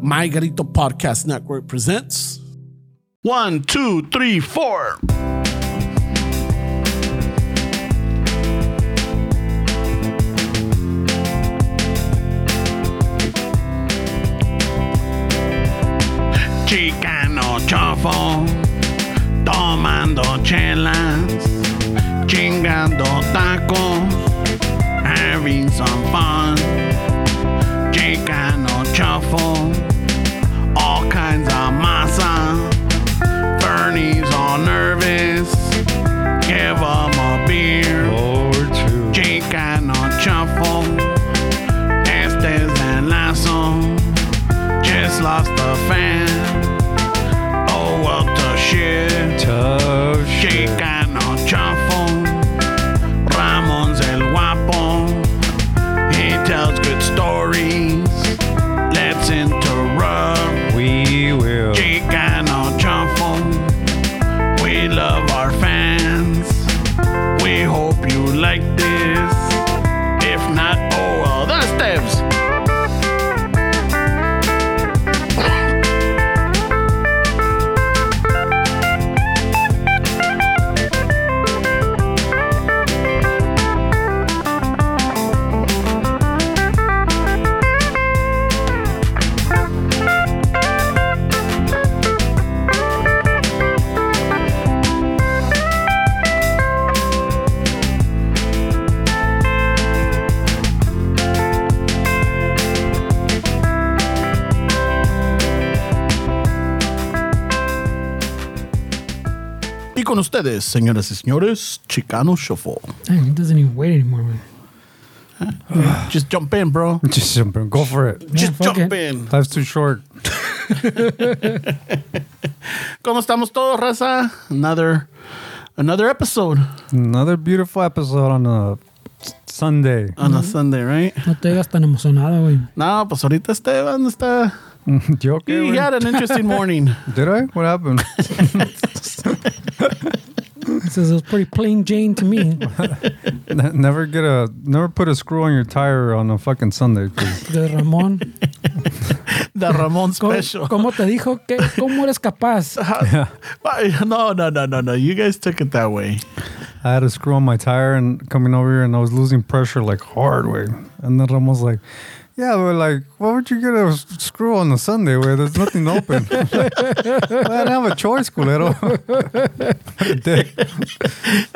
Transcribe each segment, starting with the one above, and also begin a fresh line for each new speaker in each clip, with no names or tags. My Garito Podcast Network presents.
One, two, three, four. Chicano chofo, tomando chelas, chingando tacos, having some fun. Chicano chofo, all kinds of masa. Bernie's all nervous, give him a beer.
Or two.
Chicano Shuffle. Este es el lazo. Just lost the fan. Oh, what the shit.
Tough shit.
Chicano Shuffle. Ramon's el guapo. He tells good stories. Let's interrupt.
We will.
Chicano Shuffle. We love our fans. We hope you like this. If not, oh well, that's Debs.
Y con ustedes, señoras y señores, Chicano Shuffle.
Dang, it doesn't even wait anymore, man.
Just jump in, bro.
Just jump in. Go for it.
Just
fuck
jump
it.
in.
Life's too short.
¿Cómo estamos todos, raza? Another, another episode
Another beautiful episode on a s- Sunday.
on
Mm-hmm.
a Sunday, right?
No te digas tan emocionado, güey.
No, pues ahorita Esteban está...
you okay?
He
Ren?
had an interesting morning.
Did I? What happened?
It says it was pretty plain Jane to me.
N- never get a, never put a screw on your tire on a fucking Sunday. 'cause
De Ramón.
The Ramon
¿Cómo,
special.
cómo te dijo? que ¿Cómo eres capaz?
Ah, No, no, no, no, no. You guys took it that way.
I had a screw on my tire and coming over here and I was losing pressure like hard, way. And then Ramon's like, yeah, but like, why would you get a s- screw on a Sunday where there's nothing open? I didn't have a choice, culero. Dick.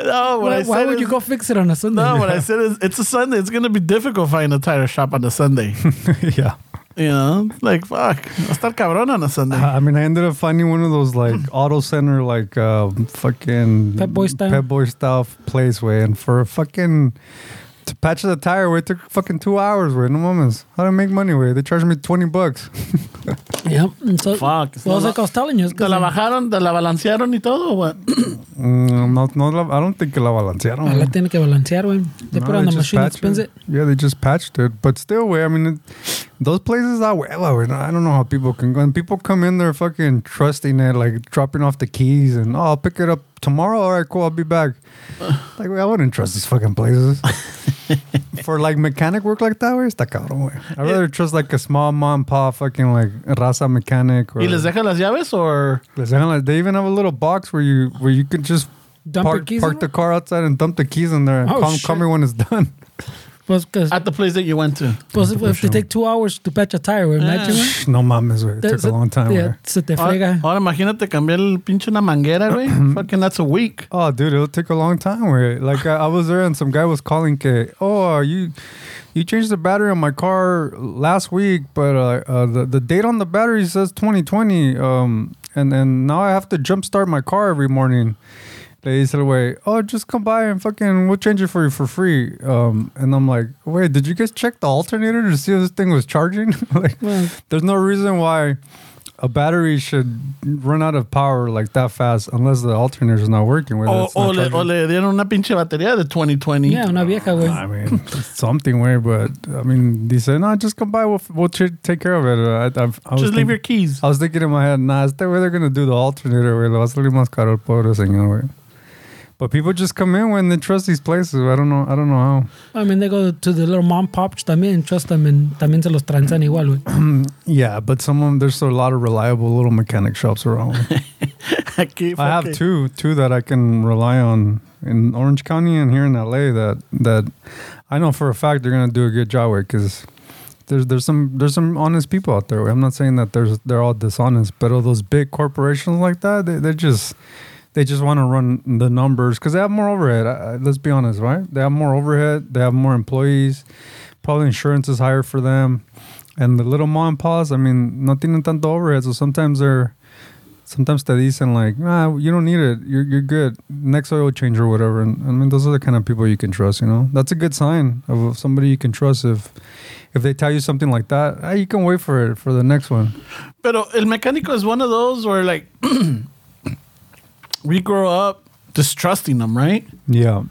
No, what
Why,
I
why
said
would
is-
you go fix it on a Sunday?
No, what I said is it's a Sunday. It's gonna be difficult finding a tire shop on a Sunday.
yeah.
you know, like fuck, I'll start cabrón on a Sunday.
I I mean, I ended up finding one of those like auto center, like uh, fucking
Pep Hmm. Boy style?
Pep Boy style place, way. And for a fucking to patch the tire, way, it took fucking two hours, way. No moments. How do I make money, way? They charged me twenty bucks.
Yep. and So,
Fuck, it's
Well,
not-
like I was telling you. it's
¿Te la
'cause
bajaron, te la balancearon y todo? o what?
Mm, no, no, la- I don't think que la balancearon.
la-
güey.
La tiene que balancear, güey. They
No,
put it on
they just
the machine that
patched
spins it.
Yeah, they just patched it, but still, way. I mean, it, those places are well. güey. I don't know how people can go. And people come in there fucking trusting it, like dropping off the keys, and oh, I'll pick it up tomorrow. All right, cool, I'll be back. Like, güey, I wouldn't trust these fucking places for like mechanic work like that. Where's that cabrón? güey. I'd rather trust like a small mom and pop fucking like raza mechanic. Or,
¿Y les dejan las llaves o
Les dejan like- they even have a little box where you where you can just.
Dump your
park,
keys
park
in
the
it?
car outside and dump the keys in there and
Oh,
come,
shit.
call me when it's done.
Pues, cause,
at the place that you went to?
pues if, if they take two hours to patch a tire, güey, imagine, güey.
No mames, güey. It took
Se-
a long time.
yeah,
güey.
Se te
Ahora,
frega.
ahora imagínate cambiar el pinche una manguera, güey. Fucking that's a week.
Oh, dude, it'll take a long time. Where like I, I was there and some guy was calling, "Que oh, you you changed the battery on my car last week, but uh, uh, the the date on the battery says 2020, um, and and now I have to jump start my car every morning." They said, "Wait, oh, just come by and fucking we'll change it for you for free." Um, and I'm like, "Wait, did you guys check the alternator to see if this thing was charging?" like,
Well,
There's no reason why a battery should run out of power like that fast unless the alternator is not working. whether
O,
it's not
o, le,
charging.
o le dieron una pinche batería de 2020.
yeah, una vieja, güey.
ah.
I mean, it's something weird, but I mean, they said, no, just come by. We'll, we'll ch- take care of it. Uh, I, I, I was
Just leave
thinking-
your keys.
I was thinking in my head, nah, it's the way they're going to do the alternator. Way. Lo vas a salir más caro el pobre señor, güey. But people just come in when they trust these places. I don't know. I don't know
I mean, they go to the little mom pop también, trust them, and también se los transan igual, güey.
how. yeah, but some of them, there's a lot of reliable little mechanic shops around.
Aquí,
I have
fucking-
two, two that I can rely on in Orange County and here in LA. That that I know for a fact they're gonna do a good job with because there's there's some there's some honest people out there. I'm not saying that there's they're all dishonest, but all those big corporations like that, they they just they just want to run the numbers because they have more overhead. I, I- let's be honest, right? They have more overhead. They have more employees. Probably insurance is higher for them. And the little mom and pa's, I mean, no tienen tanto overhead, so sometimes they're sometimes te dicen like, nah, you don't need it. You're, you're good. Next oil change or whatever. And I mean, those are the kind of people you can trust. You know, that's a good sign of somebody you can trust. If if they tell you something like that, ah, you can wait for it for the next one.
Pero el mecánico is one of those where like we grow up distrusting them, right?
Yeah,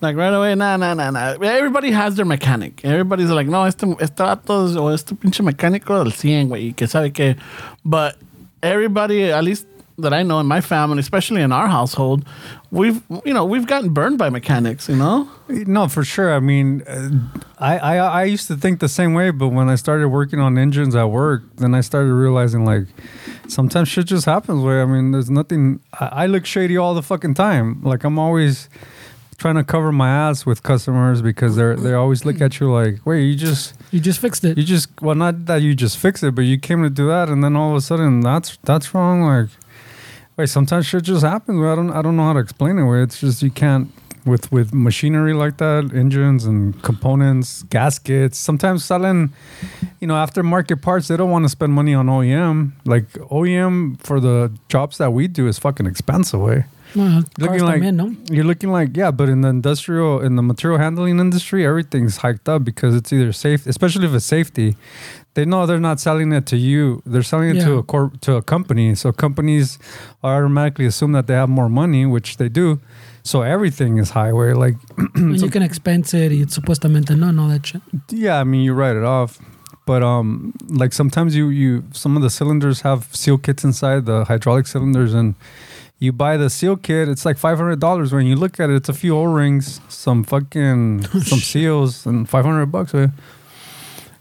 Like right away, nah, nah, nah, nah. Everybody has their mechanic. Everybody's like, no, este, este vato es- o este pinche mecánico del 100, güey, y que sabe que. But everybody, at least that I know in my family, especially in our household, we've, you know, we've gotten burned by mechanics, you know?
no, for sure. I mean, uh, I, I I used to think the same way, but when I started working on engines at work, then I started realizing like sometimes shit just happens. Where I mean, there's nothing. I, I look shady all the fucking time. Like I'm always. trying to cover my ass with customers because they're they always look at you like, wait, you just
You just fixed it.
you just well not that you just fix it, but you came to do that and then all of a sudden that's that's wrong. Like wait, sometimes shit just happens. I don't I don't know how to explain it. Where it's just you can't with with machinery like that, engines and components, gaskets. Sometimes selling, you know, aftermarket parts, they don't want to spend money on OEM. Like OEM for the jobs that we do is fucking expensive. Way
Well, cars
looking like
también, ¿no?
you're looking like yeah, but in the industrial in the material handling industry, everything's hiked up because it's either safe, especially if it's safety. They know they're not selling it to you; they're selling it to
Yeah.
a corp to a company. So companies automatically assume that they have more money, which they do. So everything is high. Where like
And you can expense it, y supuestamente no, and all that shit.
yeah, I mean you write it off, but um, like sometimes you you some of the cylinders have seal kits inside the hydraulic cylinders, and you buy the seal kit. It's like five hundred dollars. When you look at it, it's a few O rings, some fucking some seals, and five hundred bucks. eh?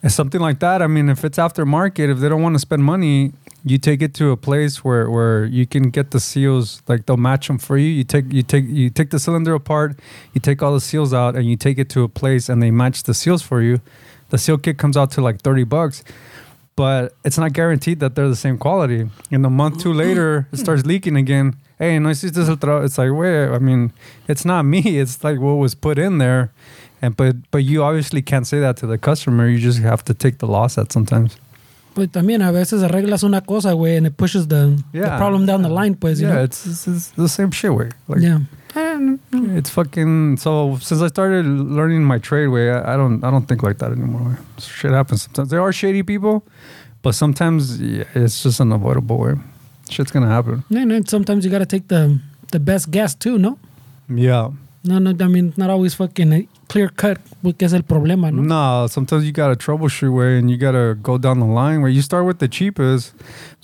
And something like that. I mean, if it's aftermarket, if they don't want to spend money, you take it to a place where where you can get the seals. Like they'll match them for you. You take you take you take the cylinder apart. You take all the seals out, and you take it to a place, and they match the seals for you. The seal kit comes out to like thirty bucks, but it's not guaranteed that they're the same quality. And a month two later, it starts leaking again. Hey, no hiciste el trabajo. It's like wait, I mean, it's not me. It's like what was put in there. And but but you obviously can't say that to the customer. You just have to take the loss at sometimes.
Pues también a veces arreglas una cosa, güey, and it pushes the, the
Yeah.
problem down the line, pues, you
yeah,
know?
it's, it's, it's the same shit way. Like
yeah.
it's fucking. So since I started learning my trade way, I, I don't I don't think like that anymore. Way. Shit happens sometimes. There are shady people, but sometimes yeah, it's just unavoidable. Way shit's gonna happen.
No, no, sometimes you gotta take the the best guess too, no?
Yeah.
No, no, I mean, not always fucking clear cut, porque es el problema, no?
No, sometimes you gotta troubleshoot way, and you gotta go down the line where you start with the cheapest.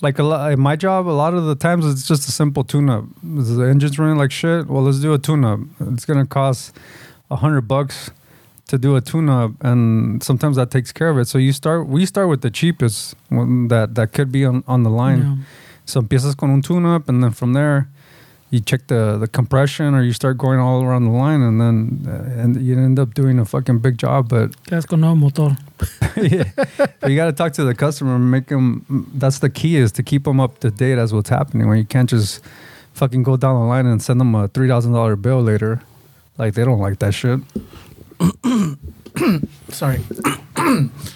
Like a lot, in my job, a lot of the times it's just a simple tune-up. Is the engine's running like shit. Well, let's do a tune-up. It's gonna cost a hundred bucks to do a tune-up, and sometimes that takes care of it. So you start, we start with the cheapest one that that could be on on the line.
Yeah.
So empiezas con un tune-up, and then from there. You check the, the compression, or you start going all around the line, and then uh, and you end up doing a fucking big job. But
Quedas con nuevo motor.
yeah. But you got to talk to the customer and make them. That's the key is to keep them up to date as what's happening. Where you can't just fucking go down the line and send them a three thousand dollar bill later. Like they don't like that shit.
Sorry.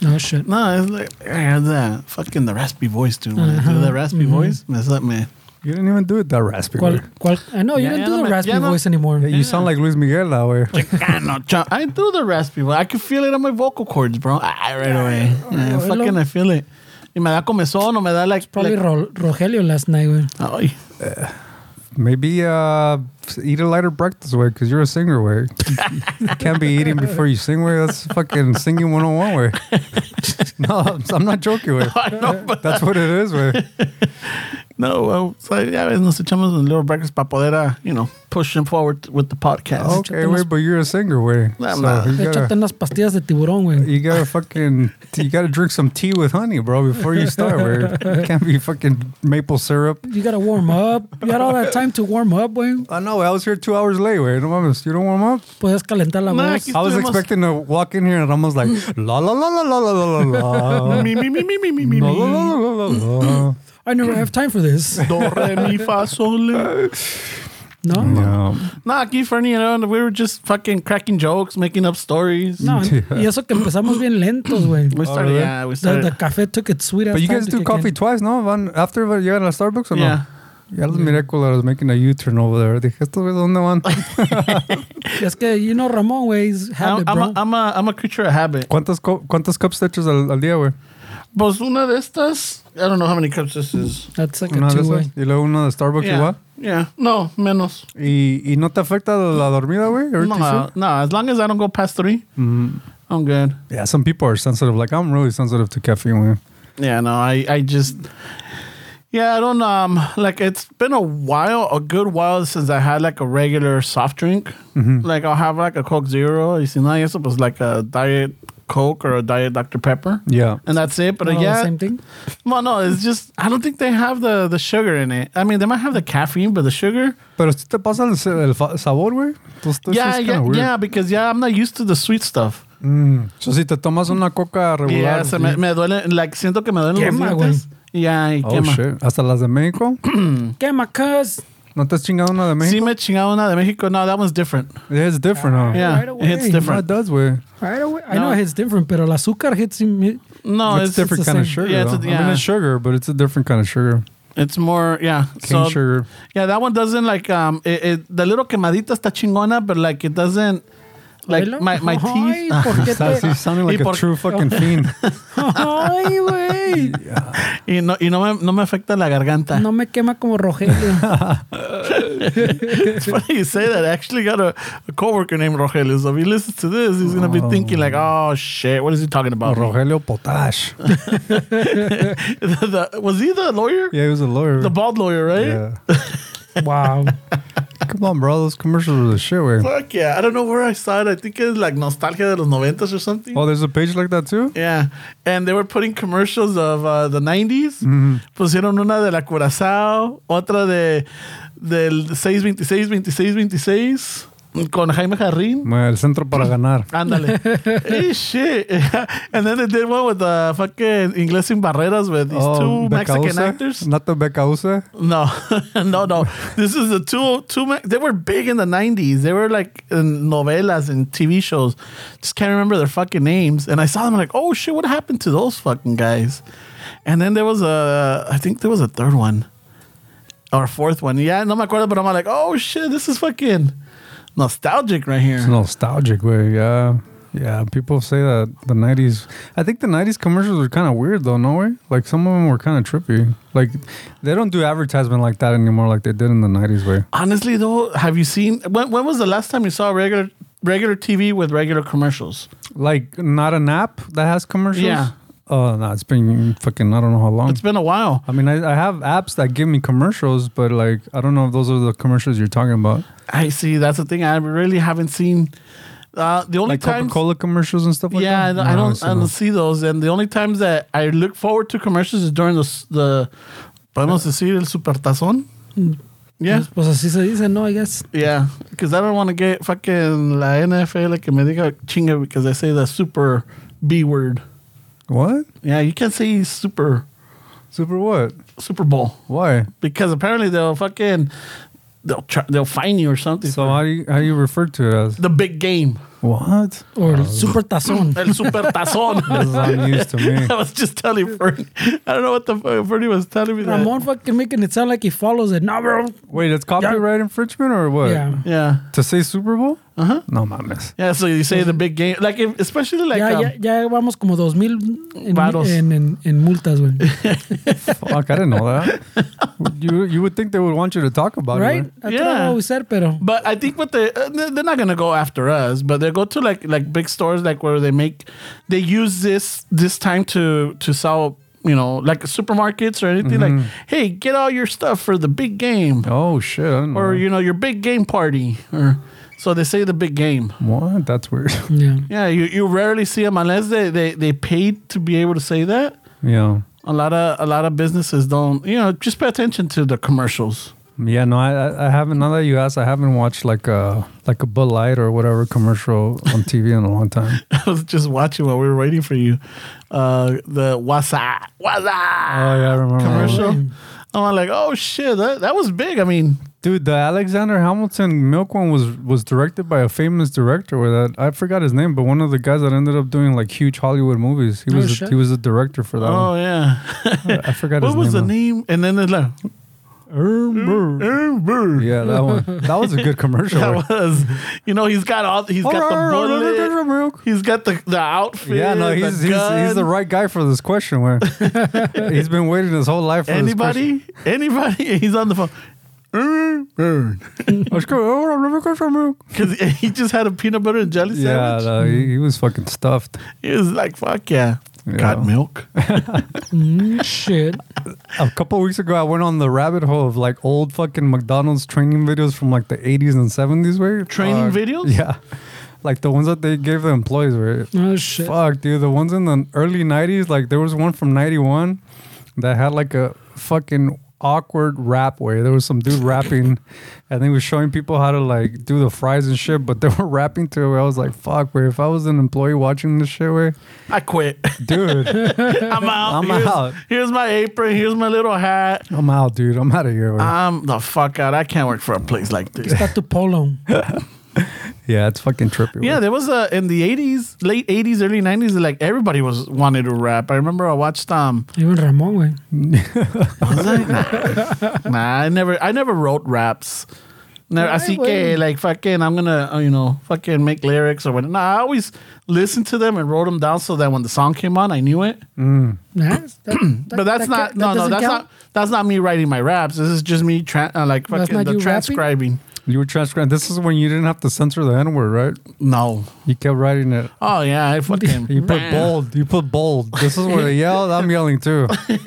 No shit.
No, it's like, I had that fucking the raspy voice, dude. When I do the raspy voice, that's like, man.
You didn't even do it that raspy.
¿Cuál,
way.
cuál? I know, you
Ya-
didn't
ya
do
no
the
me-
raspy
ya no-
voice anymore.
Yeah, you sound like Luis Miguel that way.
Chicano, cha- I do the raspy voice. I can feel it on my vocal cords, bro. Ah, right away. Yeah,
Oílo.
fucking, I feel it. Y me da comezón o me da like.
Probably
like
Ro- Rogelio last night, güey.
ay.
Maybe uh, eat a lighter breakfast way because you're a singer way. you can't be eating before you sing way. That's fucking singing 101 way. no, I'm, I'm not joking way.
I know, but
That's what it is way.
No, well, so, ya ves, nos echamos un little breakfast para poder, uh, you know, push him forward with the podcast.
Okay,
Échate
wait,
unas-
but you're a singer, way.
No, I'm
so
not.
you
Échate
gotta,
unas pastillas de tiburón, güey.
you gotta fucking, you gotta drink some tea with honey, bro, before you start. Where can't be fucking maple syrup.
You gotta warm up. You had all that time to warm up, güey.
I know. I was here two hours late. Wait, no mames, you don't warm up.
Puedes calentar la
Nah,
voz.
aquí-
I was
Estuvimos-
expecting to walk in here and almost like la la la la la la la la la.
Mi, mi, mi, mi, mi, mi, mi,
La, la,
mi.
la, la, la, la.
I never have time for this.
Do, re, mi, fa, sol, la.
No,
Yeah.
No, aquí, Fernie, you know, we were just fucking cracking jokes, making up stories.
no. Y eso que empezamos bien lentos, güey.
We started,
really?
yeah, we
The,
started.
the cafe took its sweet ass
But you
time
guys
to
do
kick
coffee
in.
twice, no? Van after llegan a Starbucks or no?
yeah.
Ya los miré culeros making a U-turn over there. Dije, ¿estos güeyes dónde van?
Es que, you know, Ramón, güey, he's
I'm,
habit,
I'm,
bro.
a, I'm, a, I'm a creature of habit.
¿Cuántos, co- ¿Cuántos cups te echas al, al día, güey?
Pues una de estas, I don't know how many cups this is.
That's like a
Una de
two,
esas.
güey.
Y luego uno de Starbucks
Yeah.
igual.
Yeah. No, menos.
¿Y, ¿Y no te afecta la dormida, güey? Ahorita
No,
sí.
no, as long as I don't go past three,
Mm-hmm.
I'm good.
Yeah, some people are sensitive. Like, I'm really sensitive to caffeine, güey.
Yeah, no, I, I just, yeah, I don't, um, like, it's been a while, a good while since I had like a regular soft drink.
Mm-hmm.
Like, I'll have like a Coke Zero, y si no, y eso, pues like a Diet Coke or a Diet Dr. Pepper.
Yeah.
And that's it. But uh,
Not all the
yeah,
Oh, same thing.
well, no, it's just, I don't think they have the, the sugar in it. I mean, they might have the caffeine, but the sugar,
Pero si te pasa el, el fa- sabor, güey. Entonces, this
yeah,
is
yeah,
kinda weird.
yeah, because yeah, I'm not used to the sweet stuff.
Mm. So, si te tomas una coca regular.
Yeah, se me, me duele, like, siento que me duelen
Quema,
los dientes. Yeah, y
oh,
quema.
shit. ¿Hasta las de México?
Mm.
¿Qué, my cuz?
¿No te has chingado una de
Sí
México?
me chingaba una de México. No, that one's different.
It's different, huh?
Yeah,
Right away.
it's
No, it
different.
does, güey.
Right away. I
No.
know it's different, pero el azúcar hits him.
No,
it's,
Oh, it's,
different
it's the
kind of
same.
sugar.
Yeah, it's a-
though. I mean,
yeah.
it's sugar, but it's a different kind of sugar.
It's more, yeah.
Cane
so,
sugar.
yeah, that one doesn't like um, it, it, the little quemadita está chingona, but like it doesn't, like
Velo.
my my
Ay,
teeth.
¿por qué
Sounds,
te-
you sounded like
Y
a
por-
true fucking fiend.
Ay, güey.
Y no, y no me, no me afecta la garganta.
No me quema como Rogelio.
It's funny you say that. I actually got a, a coworker named Rogelio. So if he listens to this, he's gonna be thinking like, oh shit, what is he talking about?
Rogelio Potash.
The- the- was he the lawyer?
Yeah, he was a lawyer.
The bald lawyer, right?
yeah.
Wow.
Come on, bro. Those commercials are the shit, way.
Fuck yeah. I don't know where I saw it. I think it's like Nostalgia de los Noventas or something.
Oh, there's a page like that too?
Yeah, and they were putting commercials of uh, the 90s. Pusieron una de la Curazao, otra de del 626, 26, 26 con Jaime Jarrín.
Well, El centro para ganar.
Ándale. hey, shit. and then they did one with the fucking Inglés sin Barreras with these
Oh,
two Mexican
Becausa?
actors.
Not the Becausa?
No, no, no. This is the two, two, ma- they were big in the 90s. They were like in novelas and TV shows. Just can't remember their fucking names. And I saw them like, oh shit, what happened to those fucking guys? And then there was a, I think there was a third one or a fourth one. Yeah, no me acuerdo, but I'm like, oh shit, this is fucking nostalgic right here.
It's nostalgic, way. Yeah. Yeah, people say that the 90s. I think the 90s commercials were kind of weird, though, no way? Like, some of them were kind of trippy. Like, they don't do advertisement like that anymore, like they did in the 90s, way.
Honestly though, have you seen, when, when was the last time you saw regular, regular TV with regular commercials?
Like not an app that has commercials.
Yeah.
Oh no, it's been fucking I don't know how long.
It's been a while.
I mean, I, I have apps that give me commercials, but like I don't know if those are the commercials you're talking about.
I see. That's the thing. I really haven't seen. Uh, the only
Like Coca
times,
Cola commercials and stuff like
yeah, I
that.
don't, I
No,
don't,
see
I don't
those.
see those. And the only times that I look forward to commercials is during the s- the. Podemos decir el supertazón.
Mm.
Yeah,
Pues, pues así se dice, ¿no? I guess.
yeah. Because I don't want to get fucking la NFL que me diga chinga because I say the super B word.
What?
Yeah, you can't say super
Super what?
Super Bowl
Why?
because apparently they'll fucking they'll try, they'll fine you or something.
So
for
how do you, how do you refer to it as?
the big game,
What?
O el super tazón.
el supertazón.
This is unused to me.
I was just telling Fernie. I don't know what the fuck Fernie was telling me. that.
Ramón fucking making it sound like he follows it. No, bro.
Wait, that's copyright infringement or what?
Yeah.
Yeah. Uh-huh.
To say Super Bowl? Uh huh. No mames.
Yeah, so you say the big game, like if, especially like
ya,
um,
ya, ya vamos como dos mil en,
Varos.
en, en, en multas, güey.
Fuck, I didn't know that. you you would think they would want you to talk about it.
Right?
right?
I
Yeah.
thought I would said, pero.
But I think what they uh, they- they're not gonna go after us, but they go to like like big stores like where they make they use this this time to to sell you know, like supermarkets or anything. Like, hey, get all your stuff for the big game
Oh shit! I didn't
or
know.
you know your big game party. Or so they say the big game.
what? That's weird.
Yeah.
Yeah, you, you rarely see them unless they, they they paid to be able to say that.
yeah,
A lot of a lot of businesses don't. You know, just pay attention to the commercials.
yeah. No, I- I, I haven't. Now that you asked, I haven't watched like a like a Bud Light or whatever commercial on TV in a long time.
I was just watching while we were waiting for you. Uh, the wasa wasa
Oh yeah, I remember.
commercial. I'm like, oh shit, that, that was big. I mean,
Dude, the Alexander Hamilton milk one was was directed by a famous director. Where that I forgot his name, but one of the guys that ended up doing like huge Hollywood movies. He
Oh,
was
shit.
he was a director for that.
oh
one.
yeah.
I forgot his
What was the
name. though.
name? And then it's like,
Yeah, that one. That was a good commercial.
that was, you know, he's got all, he's got the bullet, he's got the the outfit.
Yeah, no, he's,
the
he's he's the
gun.
right guy for this question. Where he's been waiting his whole life for This
Anybody? Anybody? He's on the phone.
question. Let's go. Oh, remember commercial milk.
Because he just had a peanut butter and jelly
Yeah,
sandwich.
no, he, he was fucking stuffed.
He was like, fuck yeah.
Yeah.
Got milk.
Mm, shit.
A couple weeks ago, I went on the rabbit hole of like old fucking McDonald's training videos from like the 80s and 70s. Where
Training videos?
Yeah, like the ones that they gave the employees. Where
Oh shit.
Fuck, dude. The ones in the early 90s, like there was one from 91 that had like a fucking awkward rap where there was some dude rapping and they was showing people how to like do the fries and shit, but they were rapping to it. where I was like, fuck, where if I was an employee watching this shit, where
I quit.
dude,
I'm out.
I'm
here's,
out.
Here's my apron. Here's my little hat.
I'm out, dude. I'm out of here. where-
I'm the fuck out. I can't work for a place like this.
Got to polo.
yeah, it's fucking trippy.
Yeah,
where-
there was a in the '80s, late '80s, early '90s. Like everybody was wanted to rap. I remember I watched um.
Even Ramon, güey.
was I? nah, I never, I never wrote raps. No,
Ay,
así
güey.
que like fucking, I'm gonna uh, you know fucking make lyrics or whatever. Nah, I always listened to them and wrote them down so that when the song came on, I knew it.
Yes, that- that-
But that's
that
not
ca-
no no
doesn't
that's
count?
not that's not me writing my raps. This is just me tra- uh, like
That's
fucking
not
the
you rapping?
transcribing.
You were transcribing. This is when you didn't have to censor the N word, right?
No.
You kept writing it.
Oh yeah, I fucking.
You put bold. You put bold. This is where they yelled. I'm yelling too.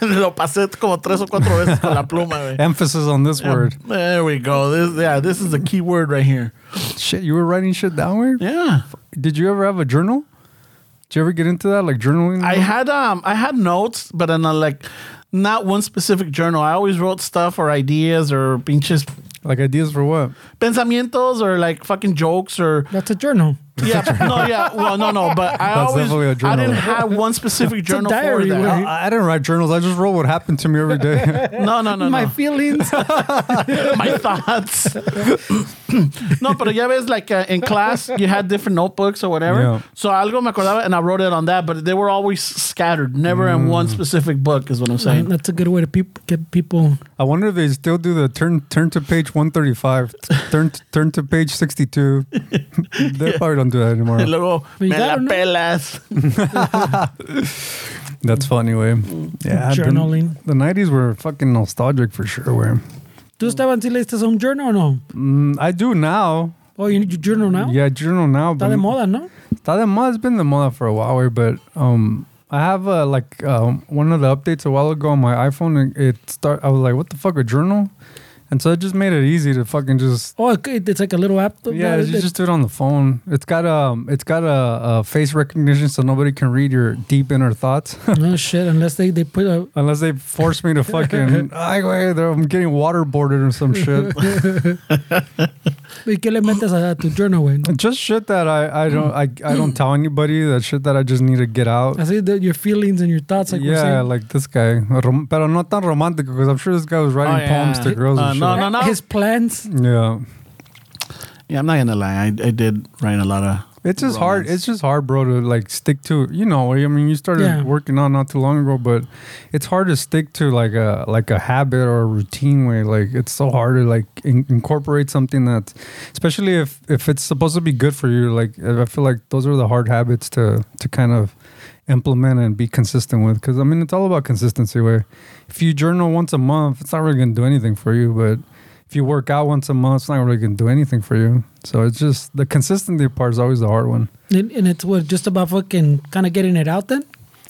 Lo pasé como tres o cuatro veces con la pluma. güey.
Emphasis on this word.
There we go. This yeah, this is the key word right here.
Shit, you were writing shit down where?
Yeah.
Did you ever have a journal? Did you ever get into that, like journaling?
I had um I had notes, but then I like not one specific journal. I always wrote stuff or ideas or pinches
like ideas for what?
pensamientos or like fucking jokes or
That's a journal.
yeah no yeah well no no but I
That's
always
definitely a
I
journal.
didn't have one specific journal
diary,
for that.
right?
I, I didn't write journals. I just wrote what happened to me every day.
No no no
My
no.
feelings.
my thoughts. no, pero ya ves, like uh, in class, you had different notebooks or whatever.
Yeah.
So algo me acordaba and I wrote it on that, but they were always scattered, never in one specific book, is what I'm saying.
that's a good way to peop- get people.
I wonder if they still do the turn turn to page one thirty five, turn turn to page sixty two. they probably don't do that
Y
anymore.
luego,
Pues
me
ya,
la
¿no?
pelas.
That's funny, way. Yeah, the-
Journaling.
The nineties were fucking nostalgic for sure. Way.
¿Tú, Esteban, sí leíste un journal o no?
Mm, I do now.
Oh, you, you journal now?
Yeah, journal now.
Está de
but-
moda, ¿no?
That the mod has been the mod for a while, eh, but um, I have uh, like um, one of the updates a while ago on my iPhone. It, it start. I was like, "What the fuck, a journal?" And so it just made it easy to fucking just
Oh, okay, it's like a little app. to-
yeah,
that-
you
that-
just do it on the phone. It's got um, it's got a, a face recognition, so nobody can read your deep inner thoughts.
No shit, unless they, they put a.
Unless they force me to fucking, I wait, I'm getting waterboarded or some shit.
¿Y qué le metes a, a tu journal, güey? no?
just shit that I, I
Mm.
don't I, I don't tell anybody. That shit that I just need to get out.
Así, de, your feelings and your thoughts. Like we're
yeah,
saying.
like this guy. Rom- pero no tan romántico, because I'm sure this guy was writing
Oh, yeah.
poems to girls
Uh,
and
no,
shit.
no, no.
His plans.
Yeah.
Yeah, I'm not gonna lie. I, I did write a lot of.
It's just hard.
Romance.
It's just hard, bro, to like stick to. You know, I mean, you started
Yeah.
working out not too long ago, but it's hard to stick to like a like a habit or a routine way. Like it's so hard to like in- incorporate something that, especially if if it's supposed to be good for you. Like I feel like those are the hard habits to to kind of implement and be consistent with. Because I mean, it's all about consistency. Where if you journal once a month, it's not really gonna do anything for you, but if you work out once a month, it's not really gonna do anything for you. So it's just the consistency part is always the hard one.
And, and it's what, just about fucking kind of getting it out then?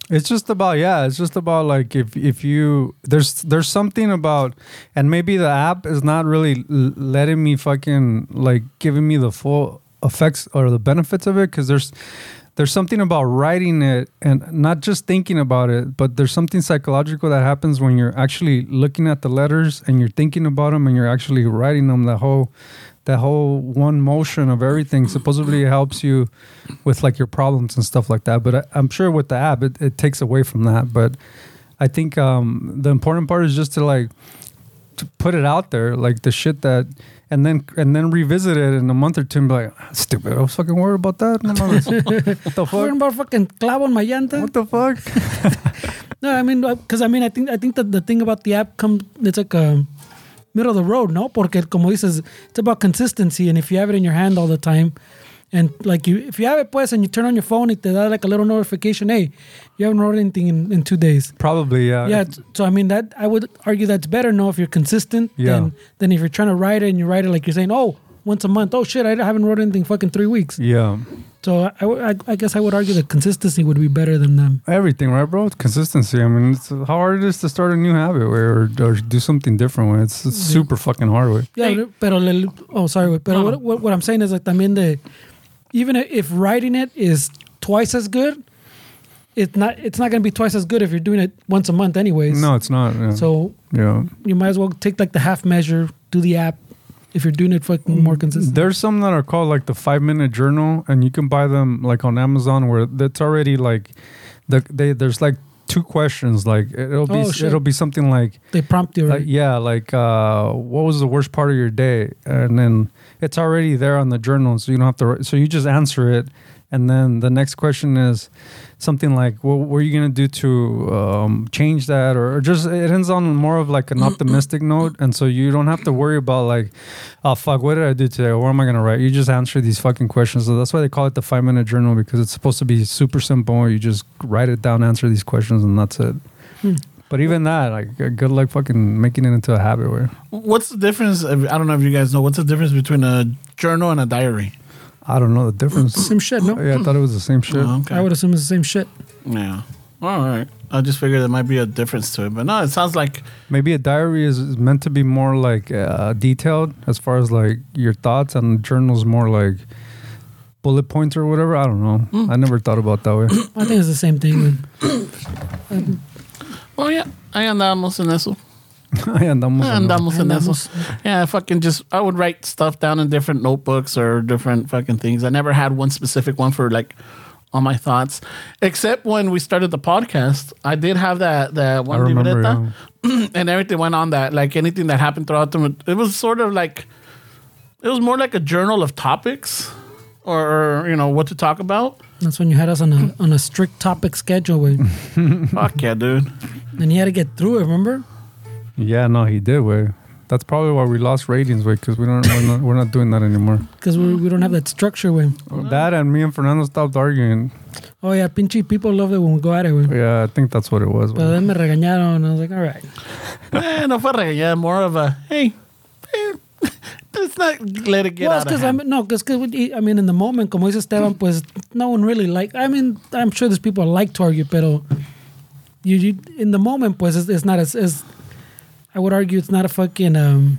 It's just about yeah. It's just about like if if you there's there's something about and maybe the app is not really l- letting me fucking like giving me the full effects or the benefits of it because there's there's something about writing it and not just thinking about it, but there's something psychological that happens when you're actually looking at the letters and you're thinking about them and you're actually writing them. The whole that whole one motion of everything supposedly helps you with like your problems and stuff like that. But I, I'm sure with the app, it, it takes away from that. But I think um, the important part is just to like to put it out there, like the shit that, and then and then revisit it in a month or two and be like, "Ah, stupid, I was fucking worried about that. No mames. what the
Worrying
fuck?
about fucking clavo en my llanta.
What the fuck?
No, I mean, because I mean, I think I think that the thing about the app comes, it's like a middle of the road, no? Porque como dices, it's about consistency, and if you have it in your hand all the time, and like you, if you have it pues, and you turn on your phone, it te da like a little notification, hey, you haven't ordered anything in, in two days.
Probably, uh, yeah.
Yeah, t- so I mean that I would argue that's better. No, if you're consistent,
Yeah.
than than if you're trying to write it and you write it like you're saying, oh, once a month. Oh shit, I haven't wrote anything fucking three weeks.
Yeah.
So I, w- I, I guess I would argue that consistency would be better than them.
Everything, right, bro? It's consistency. I mean, it's how hard it is to start a new habit or, or do something different when it's, it's super fucking hard. Way.
Yeah,
Hey.
pero le, oh sorry, güey, pero
No, no.
what, what, what I'm saying is like también de even if writing it is twice as good, it's not it's not gonna be twice as good if you're doing it once a month anyways.
No, it's not. Yeah.
So
yeah.
you might as well take like the half measure, do the app if you're doing it fucking more consistent.
There's some that are called like the five minute journal, and you can buy them like on Amazon, where that's already like the they there's like two questions. Like it'll be
Oh, shit.
it'll be something like
They prompt you.
like, yeah, like uh, what was the worst part of your day, and then it's already there on the journal, so you don't have to. write- So you just answer it, and then the next question is something like, "What were you gonna do to um, change that?" Or, or just it ends on more of like an optimistic note, and so you don't have to worry about like, "Oh fuck, what did I do today? What am I gonna write?" You just answer these fucking questions. So that's why they call it the five minute journal because it's supposed to be super simple. You just write it down, answer these questions, and that's it. But even that, like, g- good luck fucking making it into a habit. Where
What's the difference? of- I don't know if you guys know. What's the difference between a journal and a diary?
I don't know the difference.
same shit, no?
yeah, I thought it was the same shit.
Oh, okay.
I would assume it's the same shit.
Yeah. All right. I just figured there might be a difference to it, but no, it sounds like
Maybe a diary is is meant to be more like uh, detailed as far as like your thoughts, and journals more like bullet points or whatever. I don't know. I never thought about that way.
I think it's the same thing. güey.
Well, yeah, I andamos en eso.
I andamos. en-
Andamos en
Andamos.
eso. Yeah, I fucking just, I would write stuff down in different notebooks or different fucking things. I never had one specific one for like all my thoughts, except when we started the podcast. I did have that, that
I
one
remember. uh,
libreta
yeah.
and everything went on that. Like anything that happened throughout the, it was sort of like, it was more like a journal of topics or, or you know, what to talk about.
That's when you had us on a on a strict topic schedule, güey.
Fuck yeah, dude.
and you had to get through it. Remember?
Yeah, no, he did. Way. That's probably why we lost ratings, way, because we don't. We're not, we're not doing that anymore.
Because we, we don't have that structure, way.
That and me and Fernando stopped arguing.
Oh yeah, pinchy people love it when we go at it, güey.
Yeah, I think that's what it was.
Pero
güey.
then me regañaron. I was like, all right.
Eh, no fue regañada, more of a hey. eh, Let's not let it get
well,
out of
because I
hand.
mean, no, because I mean, in the moment, como dice Esteban, pues no one really like. I mean, I'm sure there's people that like to argue, pero you, you in the moment, pues it's, it's not as, as I would argue, it's not a fucking um,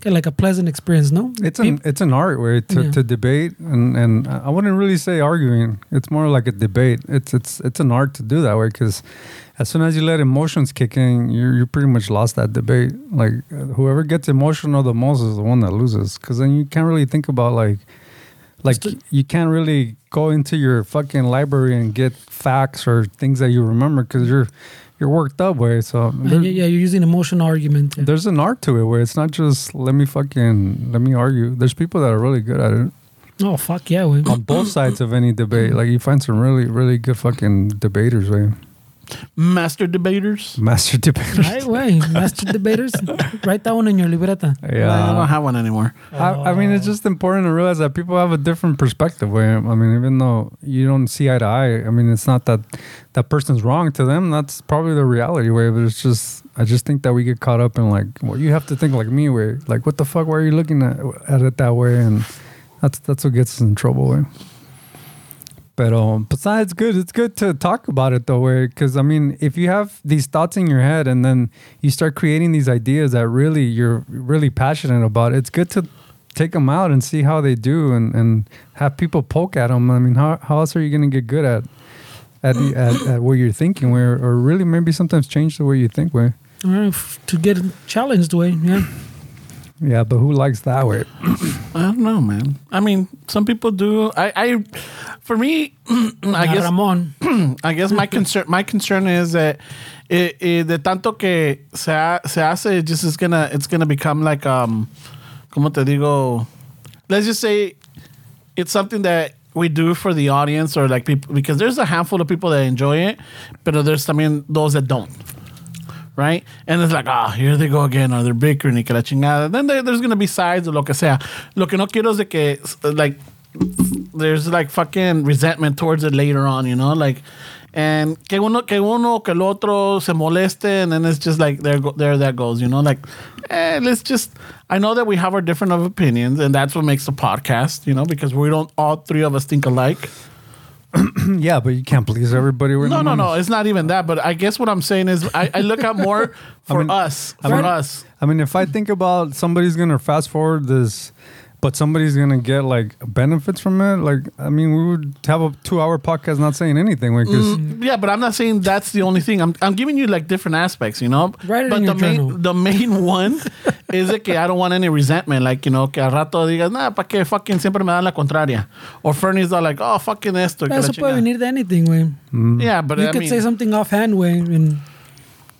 kinda like a pleasant experience, no?
It's an it's an art way to,
Yeah.
to debate and and I wouldn't really say arguing. It's more like a debate. It's it's it's an art to do that way because as soon as you let emotions kick in, you you pretty much lost that debate. Like uh, whoever gets emotional the most is the one that loses because then you can't really think about like like
Sti-
you can't really go into your fucking library and get facts or things that you remember because you're you're worked up way. So
Uh,
there-
yeah, yeah, you're using emotional argument. yeah.
there's an art to it where it's not just let me fucking let me argue. There's people that are really good at it
Oh fuck yeah, we.
on both sides of any debate. Like you find some really really good fucking debaters, right?
Master debaters.
Master debaters.
Right way, master debaters. Write that one in your libreta.
I don't
Yeah.
have one anymore.
I, I mean, it's just important to realize that people have a different perspective. Where I mean, even though you don't see eye to eye, I mean, it's not that that person's wrong to them. That's probably the reality. Way, but it's just I just think that we get caught up in like, well, you have to think like me. Way, like, what the fuck? Why are eh? you looking at, at it that way? And that's that's what gets us in trouble. Way. But um, besides, good. It's good to talk about it though, because I mean, if you have these thoughts in your head and then you start creating these ideas that really you're really passionate about, it's good to take them out and see how they do and, and have people poke at them. I mean, how, how else are you going to get good at at, at at what you're thinking? Where or really maybe sometimes change the way you think. Where
All right, f- to get challenged way. Yeah.
yeah, but who likes that way?
I don't know, man. I mean, some people do. I, I for me, I
Now,
guess
Ramon.
I guess my concern my concern is that it, it, the tanto que se, ha, se hace it just is gonna it's gonna become like um como te digo let's just say it's something that we do for the audience or like people because there's a handful of people that enjoy it but there's I mean those that don't right and it's like ah here they go again or they're bickering y que la chingada then there, there's gonna be sides or lo que sea lo que no quiero es de que like there's like fucking resentment towards it later on, you know, like and que uno que uno que el otro se moleste, and then it's just like there go, there that goes, you know, like eh, let's just. I know that we have our different of opinions, and that's what makes the podcast, you know, because we don't all three of us think alike.
yeah, but you can't please everybody. We're
No, no,
not-
no, it's not even that. But I guess what I'm saying is, I, I look out more for
mean-
us, for
mean-
us.
I mean, if I think about somebody's gonna fast forward this, but somebody's gonna get like benefits from it. Like, I mean, we would have a two-hour podcast not saying anything. Like, 'cause-
Yeah, but I'm not saying that's the only thing. I'm, I'm giving you like different aspects, you know.
Write it
but
in
the
your
main
journal.
the main one is that I don't want any resentment. Like you know, que al rato digas nah, pa que fucking siempre me dan la contraria. Or Fernie's are like, oh fucking esto. que la
Eso
chingada."
puede
Mm.
venir de anything, güey.
Yeah, but
you
I
could
mean,
say something offhand, way and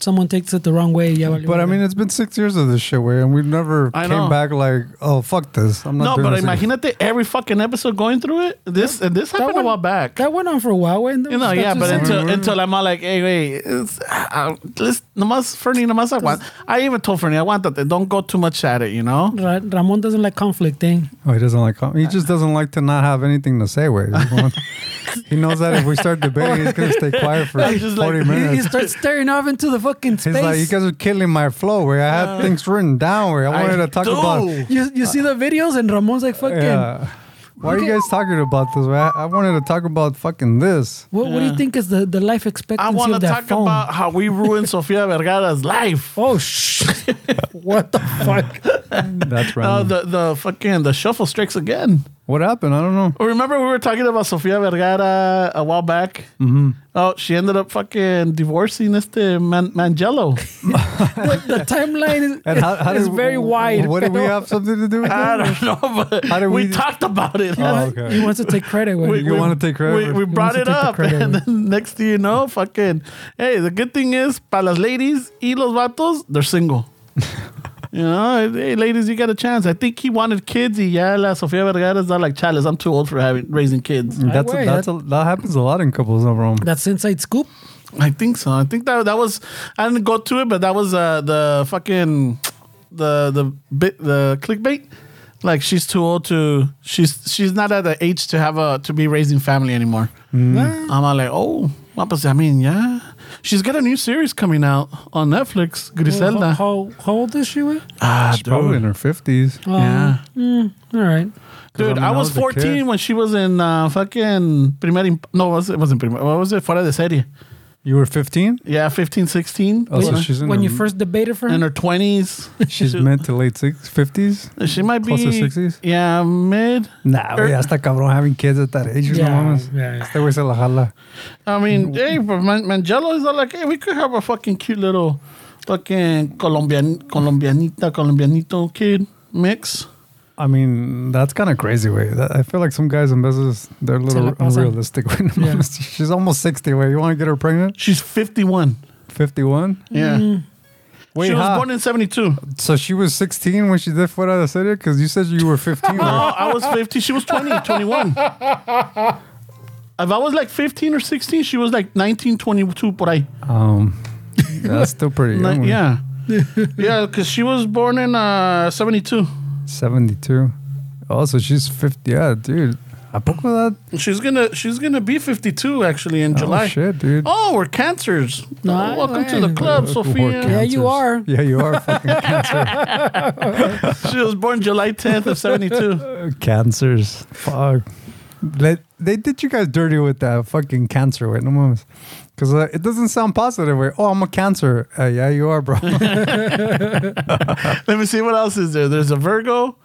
someone takes it the wrong way. Yeah, valió
but I
verga.
mean, it's been six years of this shit, way, and we've never
I
came
know.
back like, oh fuck this. I'm
no,
not.
but
doing this again."
imagínate every fucking episode going through it. This and this happened
one-
a while back.
that went on for a while, way.
you know, yeah, but
just-
until
Mm-hmm.
until I'm all like, hey, wait, it's, uh, let's, nomás, Fernie, nomás aguanta. I even told Fernie, aguántate, don't go too much at it, you know?
Ra- Ramon doesn't like conflict, eh?
Oh, he doesn't like. com- He just doesn't like to not have anything to say. Way. he knows that if we start debating, he's gonna stay quiet for
I'm just like-
forty
He, he
minutes.
starts staring off into the fucking
He's
space.
like, you guys are killing my flow. Where I had things written down. Where I
Uh. I
wanted to talk
do.
about
you, you see the videos, and Ramon's like, fucking.
Yeah. Why are you guys talking about this? I, I wanted to talk about fucking this.
What, what do you think is the, the life expectancy
I
of
want to
that
talk
phone?
about how we ruined Sofia Vergara's life.
oh sh! what the fuck?
That's
Uh,
right.
the the fucking the shuffle strikes again.
what happened? I don't know.
Remember we were talking about Sofia Vergara a while back. Mm-hmm. Oh, she ended up fucking divorcing this Man- Mangello.
What- the timeline
And how, how
is, is
did-
very wide.
What did we have something to do with
I
that?
don't know, but
How did
we,
we do-
talked about it.
Oh, okay.
He wants to take credit. Way.
We-
You
we-
wanna take credit
We,
for-
we
you
brought
want
it
to take the
up,
credit.
and then next thing you know, fucking. Hey, the good thing is, para las ladies y los vatos, they're single. you know, hey, ladies, you got a chance. I think he wanted kids. Y ya la Sofia Vergara's not like, chales, I'm too old for having raising kids.
That's a,
way,
that's a, that happens a lot in couples, no problem.
That's inside scoop.
I think so. I think that that was. I didn't go to it, but that was uh, the fucking the the bit the clickbait. Like she's too old to she's she's not at the age to have a to be raising family anymore.
Mm.
I'm all like, oh, what was I mean? Yeah, she's got a new series coming out on Netflix,
How,
Griselda.
how, how old is she? Way?
ah,
Oh, She's probably in her 50s.
Um,
Yeah.
mm, all right.
Dude,
mean,
I,
I
was
was a kid.
14 when she was in uh, fucking Primer. Imp- no, was it wasn't Primer. What was it? Fuera de serie.
You were 15?
Yeah, 15, 16.
Oh, so
When-
she's in
when
her-
you first debated for
in
her.
her 20s.
She's mid to late six, 50s?
She might be
Close to 60s?
Yeah, mid.
Nah,
Er-
güey, hasta cabrón having kids at that age. Yeah. No
Yeah,
mames.
yeah.
Este güey se la jala.
I
Mm.
mean, hey, but Man- Mangello is all like, hey, we could have a fucking cute little fucking Colombian Colombianita Colombianito kid mix.
I mean, that's kind of crazy, way. That, I feel like some guys in business, they're a
la
little
pasan.
unrealistic. Wey. No
Yeah.
mames. She's almost 60, way. You want to get her pregnant?
She's 51.
51?
Yeah.
Mm. Wait,
she was
huh?
born in 72.
So she was 16 when she did Fuera de Serie? Because you said you were 15.
No,
right?
I was 50. She was 20, 21. If I was like 15 or 16, she was like 19, 22, por ahí.
Um, that's still pretty young.
Ni-
man.
yeah. yeah, because she was born in uh, 72.
72. Oh, so she's 50. Yeah, dude. ¿A poco that?
She's gonna she's gonna be 52 actually in July.
Oh, shit, dude.
Oh, we're cancers.
No,
Oh, welcome
I-
to the club,
We're cancers.
Sophia.
Yeah, you are.
Yeah, you are fucking cancer.
She was born July 10th of 72.
Cancers. Fuck. Let, they did you guys dirty with that fucking cancer way. No mames. Because uh, it doesn't sound positive. Way. Oh, I'm a cancer. Uh, yeah, you are, bro.
Let me see what else is there. There's a Virgo.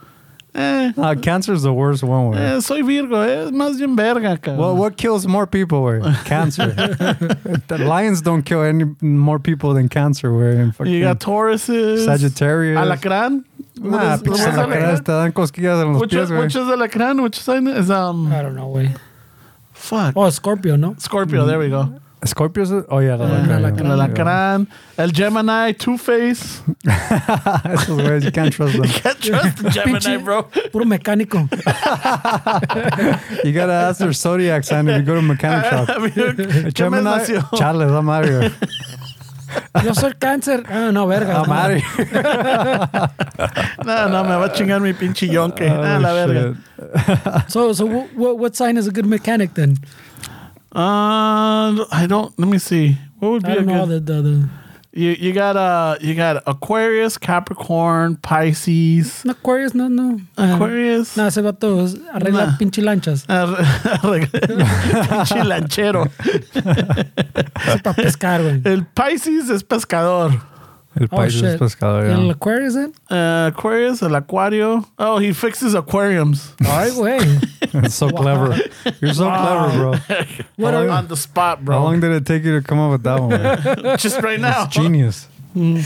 Eh,
uh, cancer is the worst one. Way.
eh, soy Virgo. Eh, es más bien verga, cabrón.
Well, what kills more people? Way? Cancer. the lions don't kill any more people than cancer. Way. And fucking
you got Tauruses.
Sagittarius.
Alacrán.
Nah,
What is- what is
pinches alacranes
alacrán?
te dan cosquillas en los
Which
pies, eh.
is,
güey.
which is alacrán? Which sign is um
I don't know, way.
fuck
Oh, Scorpio, no?
Scorpio? There we go.
Scorpios? Oh, yeah, la
Yeah,
alacrán.
el alacrán, el Gemini, Two Face.
Esos güeyes, you can't trust them.
Can't trust the Gemini,
Pinche-
bro.
Puro mecánico.
You gotta ask their zodiac sign if you go to a mechanic
I
shop.
mean, ¿Qué me
Gemini?
nació?
Charles, I'm out of here.
Yo soy cáncer. Ah, no, verga.
I'm
no.
out of here.
No, no, me va a chingar mi pinche yonke.
Oh,
ah, la verga.
So, so wh- wh- what sign is a good mechanic then?
Uh, I don't. Let me see. What would be
I
a
don't know
good?
the, the, the
You you got uh you got Aquarius, Capricorn, Pisces.
No, Aquarius, no, no. Ah,
Aquarius.
No, ese vato es- arregla
Nah.
pinche lanchas.
Pinche lanchero.
Es para pescar, güey.
El Pisces es pescador.
El
Oh,
país es
shit.
pescador,
¿El
ya.
Aquarius then?
Uh, Aquarius, el Acuario. Oh, he fixes aquariums
Ay, güey.
It's so clever. You're so clever, bro.
What
How
are-
long-
on the spot,
How
bro.
long did it take you to come up with that one? man?
Just right now.
Genius.
Mm.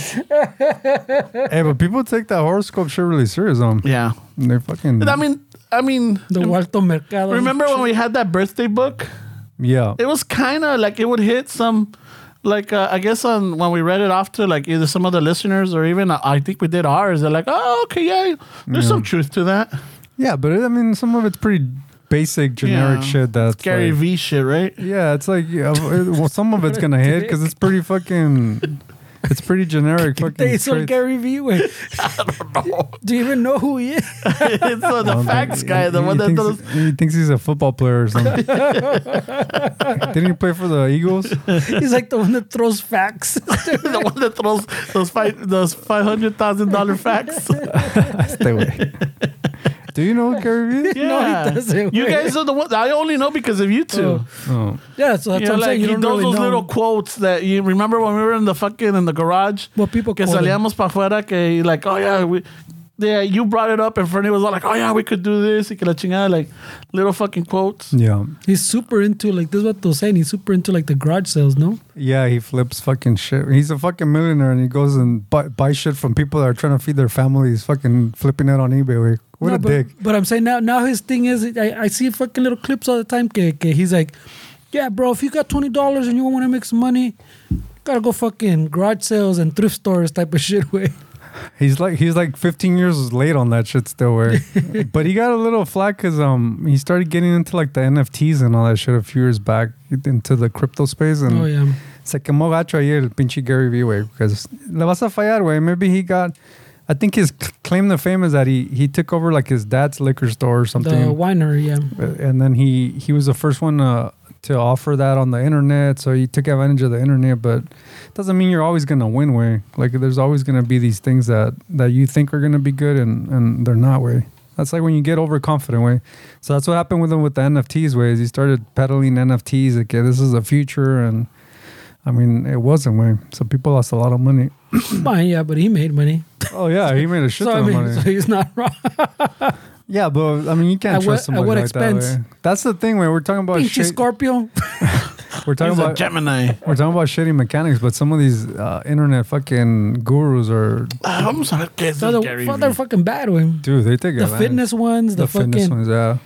hey, but people take that horoscope shit really serious, um.
Yeah.
They're fucking.
I mean, I mean,
The Walto Mercado.
remember when we had that birthday book?
yeah.
It was kind of like it would hit some, like uh, I guess on when we read it off to like either some of the listeners or even uh, I think we did ours. They're like, oh, okay, yeah, there's some truth to that.
Yeah, but it, I mean, some of it's pretty basic, generic
Yeah.
shit that's.
Gary
like-
V shit, right?
Yeah, it's like yeah, it- well, some of it's gonna hit because it's pretty fucking. It's pretty generic. Fucking.
Te hizo el
traits.
Gary V, güey. Do you even know who he is?
it's uh, the
I don't
facts
think-
guy, the
he
one that
thinks,
does.
He thinks he's a football player or something. Didn't he play for the Eagles?
He's like the one that throws facts.
the one that throws those five those five hundred thousand dollar facts.
Stay away. Do you know Gary Vee?
Yeah.
doesn't,
You
wait.
guys are the ones I only know because of you two.
Oh.
Oh.
Yeah, so that's
you know,
what I'm
like
saying. You
he
don't
does
really
those
know.
little quotes that you remember when we were in the fucking in the garage.
What people
que
quote him.
salíamos pa fuera que like oh yeah we. Yeah, you brought it up, and Fernie was all like, "Oh yeah, we could do this." Y que la chingada, like little fucking quotes.
Yeah.
He's super into like this. Is what they're saying. He's super into like the garage sales, no?
Yeah, he flips fucking shit. He's a fucking millionaire and he goes and buy, buy shit from people that are trying to feed their families, fucking flipping it on eBay. Like, what
No,
a
but,
dick.
But I'm saying now, now his thing is, I, I see fucking little clips all the time. Que, que he's like, yeah, bro, if you got twenty dollars and you want to make some money, gotta go fucking garage sales and thrift stores type of shit. Way.
He's like he's like 15 years late on that shit still. Where, but he got a little flack because um he started getting into like the NFTs and all that shit a few years back into the crypto space and
Oh yeah.
se quemó gacho ahí el pinche Gary Vee way because le vas a fallar way. Maybe he got. I think his c- claim to fame is that he he took over like his dad's liquor store or
The
something.
winery, yeah.
Uh, and then he he was the first one uh, to offer that on the internet so he took advantage of the internet but doesn't mean you're always going to win way like there's always going to be these things that that you think are going to be good and and they're not way that's like when you get overconfident way so that's what happened with him with the nfts way is he started peddling nfts like yeah, this is the future and I mean, it wasn't way. So people lost a lot of money.
Fine, yeah, but he made money.
Oh yeah, he made a shit
so
ton
I
of
mean,
money.
so he's not wrong.
yeah, but I mean, you can't
At
trust
what- at
somebody
what
like
expense?
that. way. That's the thing, way. We're talking about
Pinchy
Oh, shit.
Scorpio.
We're talking
He's a
about
Gemini.
We're talking about shitty mechanics, but some of these uh, internet fucking gurus are,
Ah, Vamos a ver qué es
They're,
el
the,
Gary
they're
Vee.
fucking bad way.
dude, they take
The
advantage.
fitness ones, the,
the fitness
fucking,
ones, yeah,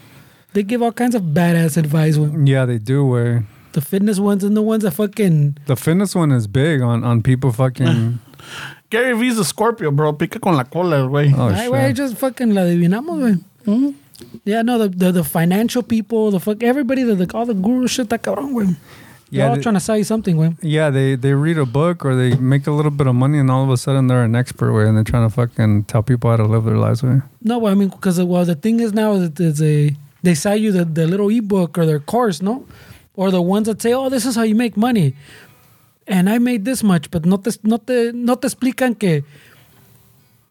they give all kinds of badass advice. Way.
yeah, they do. Where
The fitness ones and the ones that fucking
the fitness one is big on on people fucking.
Gary Vee's a Scorpio, bro. Pica con la cola, el güey.
Oh
Ay, güey,
shit!
just fucking la adivinamos, güey. Yeah, no, the, the the financial people, the fuck, everybody, the, the all the guru shit, that cabrón, güey. They're
Yeah,
all
the-
trying to sell you something, güey.
Yeah, they they read a book or they make a little bit of money, and all of a sudden they're an expert way, and they're trying to fucking tell people how to live their lives way.
No, well, I mean, because well, the thing is now that there's a they sell you the, the little ebook or their course, no, or the ones that say, oh, this is how you make money, and I made this much, but not this, not the, not te explican que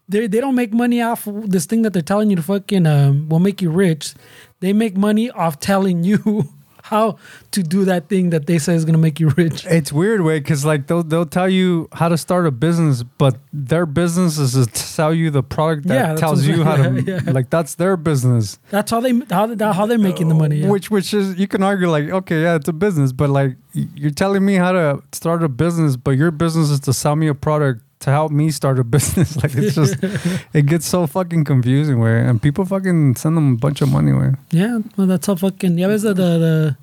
they they don't make money off this thing that they're telling you to fucking um, will make you rich. They make money off telling you how to do that thing that they say is gonna make you rich.
It's weird way because like they'll they'll tell you how to start a business, but their business is to sell you the product
Yeah,
that
that's
tells
what I'm
you how to
saying. Yeah, yeah.
like that's their business.
That's how they how they- how they're making the money. yeah.
Which which is you can argue like okay yeah it's a business, but like y- you're telling me how to start a business, but your business is to sell me a product to help me start a business. like it's just it gets so fucking confusing where and people fucking send them a bunch of money where.
Yeah, well, that's how fucking. Ya ves the, the, the,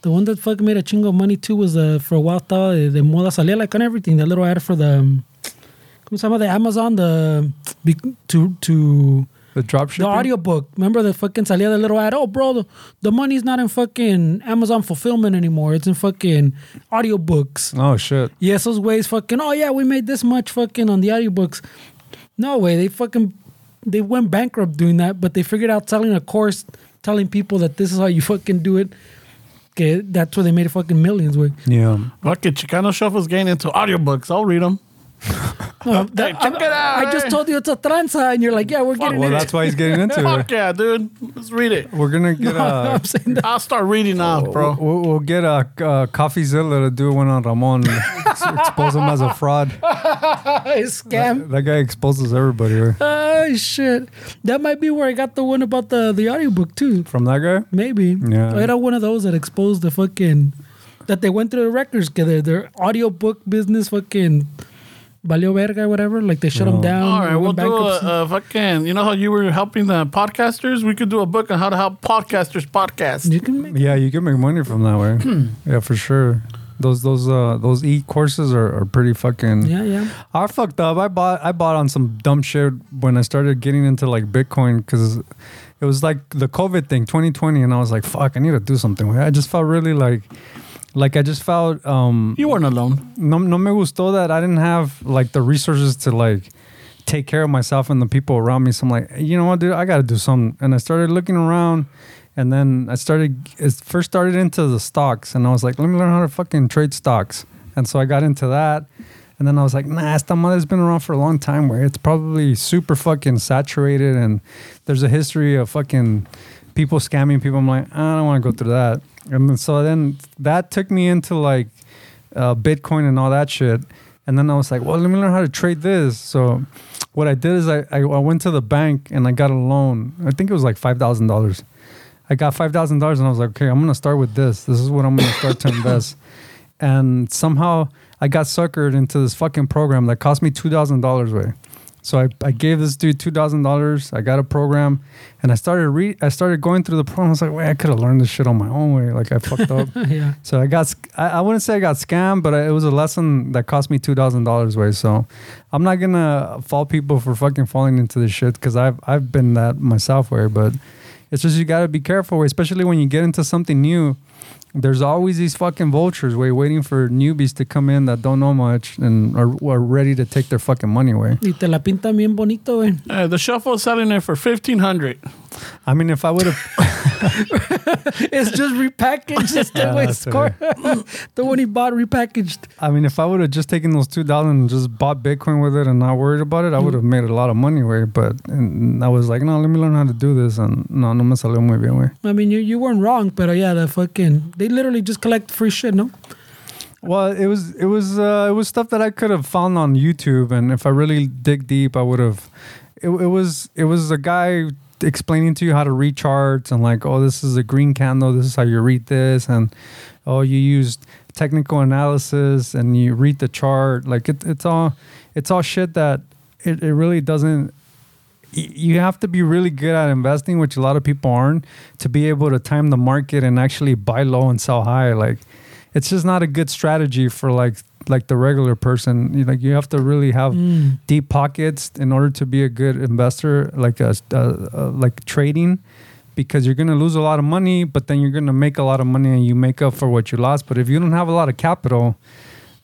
the one that fucking made a chingo of money too was uh, for a while estaba de, de moda. Salía like on everything. That little ad for the. Um, ¿Cómo se llama? The Amazon, the. bec- To. to
The drop shipping.
the audiobook. Remember the fucking salía the little ad. Oh, bro, the, the money's not in fucking Amazon fulfillment anymore. It's in fucking audiobooks.
Oh shit.
Yeah, it's those ways fucking, oh yeah, we made this much fucking on the audiobooks. No way, they fucking they went bankrupt doing that, but they figured out selling a course telling people that this is how you fucking do it. Okay, that's where they made fucking millions with.
Yeah.
Look at Chicano Shuffle's getting into audiobooks. I'll read them.
No, that-
check it out,
I just
eh?
told you it's a tranza and you're like, yeah, we're getting
Well,
it.
that's why he's getting into
Fuck
it.
yeah, dude. Let's read it.
We're gonna get uh
I'm saying that.
I'll start reading now,
Oh.
bro.
We'll, we'll get a, uh coffeezilla to do one on Ramon. expose him as a fraud.
It's scam.
That guy exposes everybody. right?
Oh shit. That might be where I got the one about the, the audiobook too.
From that guy,
Maybe.
Yeah.
I had one of those that exposed the fucking that they went through the records because their their audiobook business fucking valió verga whatever. Like they shut them down.
All right,
they
we'll
went
do
Um, bankruptcy.
a, uh, a fucking. You know how you were helping the podcasters? We could do a book on how to help podcasters podcast.
you can make
yeah, you can make money from that way. yeah, for sure. Those those uh those e courses are, are pretty fucking.
yeah yeah.
I fucked up. I bought I bought on some dumb shit when I started getting into like Bitcoin because it was like the COVID thing, 2020, and I was like, fuck, I need to do something. with it. I just felt really like, like I just felt um
You weren't alone.
no, no me gustó that I didn't have like the resources to like take care of myself and the people around me. So I'm like, you know what, dude, I got to do something. And I started looking around, and then I started it first started into the stocks, and I was like, let me learn how to fucking trade stocks. And so I got into that, and then I was like, nah, esta madre's been around for a long time. Where it's probably super fucking saturated, and there's a history of fucking people scamming people. I'm like, I don't want to go through that. And then, so then that took me into like uh, Bitcoin and all that shit. And then I was like, well, let me learn how to trade this. So what I did is I, I, I went to the bank and I got a loan. I think it was like $5,000. I got $5,000 and I was like, okay, I'm going to start with this. This is what I'm going to start to invest. And somehow I got suckered into this fucking program that cost me $2,000 way. So I, I gave this dude two thousand dollars. I got a program, and I started re I started going through the program. I was like, wait, I could have learned this shit on my own way. Like I fucked up.
Yeah.
So I got, sc- I, I wouldn't say I got scammed, but it was a lesson that cost me $2,000 way. So I'm not going to fault people for fucking falling into this shit because I've, I've been that myself where, but it's just you got to be careful, way, especially when you get into something new. There's always these fucking vultures way waiting for newbies to come in that don't know much and are, are ready to take their fucking money away.
Y te la pintan bien bonito, güey.
Uh, the shuffle's selling it for fifteen hundred.
I mean, if I would have,
It's just repackaged. It's the
Yeah,
way
that's
score. the one he bought repackaged.
I mean, if I would have just taken those two dollars and just bought Bitcoin with it and not worried about it, I would have made a lot of money. Way, but and I was like, no, let me learn how to do this, and no, no me salió muy bien. Way.
I mean, you, you weren't wrong, but yeah, the fucking they literally just collect free shit, no?
Well, it was it was uh, it was stuff that I could have found on YouTube, and if I really dig deep, I would have. It, it was it was a guy explaining to you how to read charts and like, oh, this is a green candle. This is how you read this, and oh, you used technical analysis and you read the chart. Like it, it's all it's all shit that it, it really doesn't y- you have to be really good at investing, which a lot of people aren't, to be able to time the market and actually buy low and sell high. Like, it's just not a good strategy for like like the regular person. You- Like, you have to really have deep pockets in order to be a good investor, like a, a, a- like trading, because you're gonna lose a lot of money, but then you're gonna make a lot of money and you make up for what you lost. But if you don't have a lot of capital.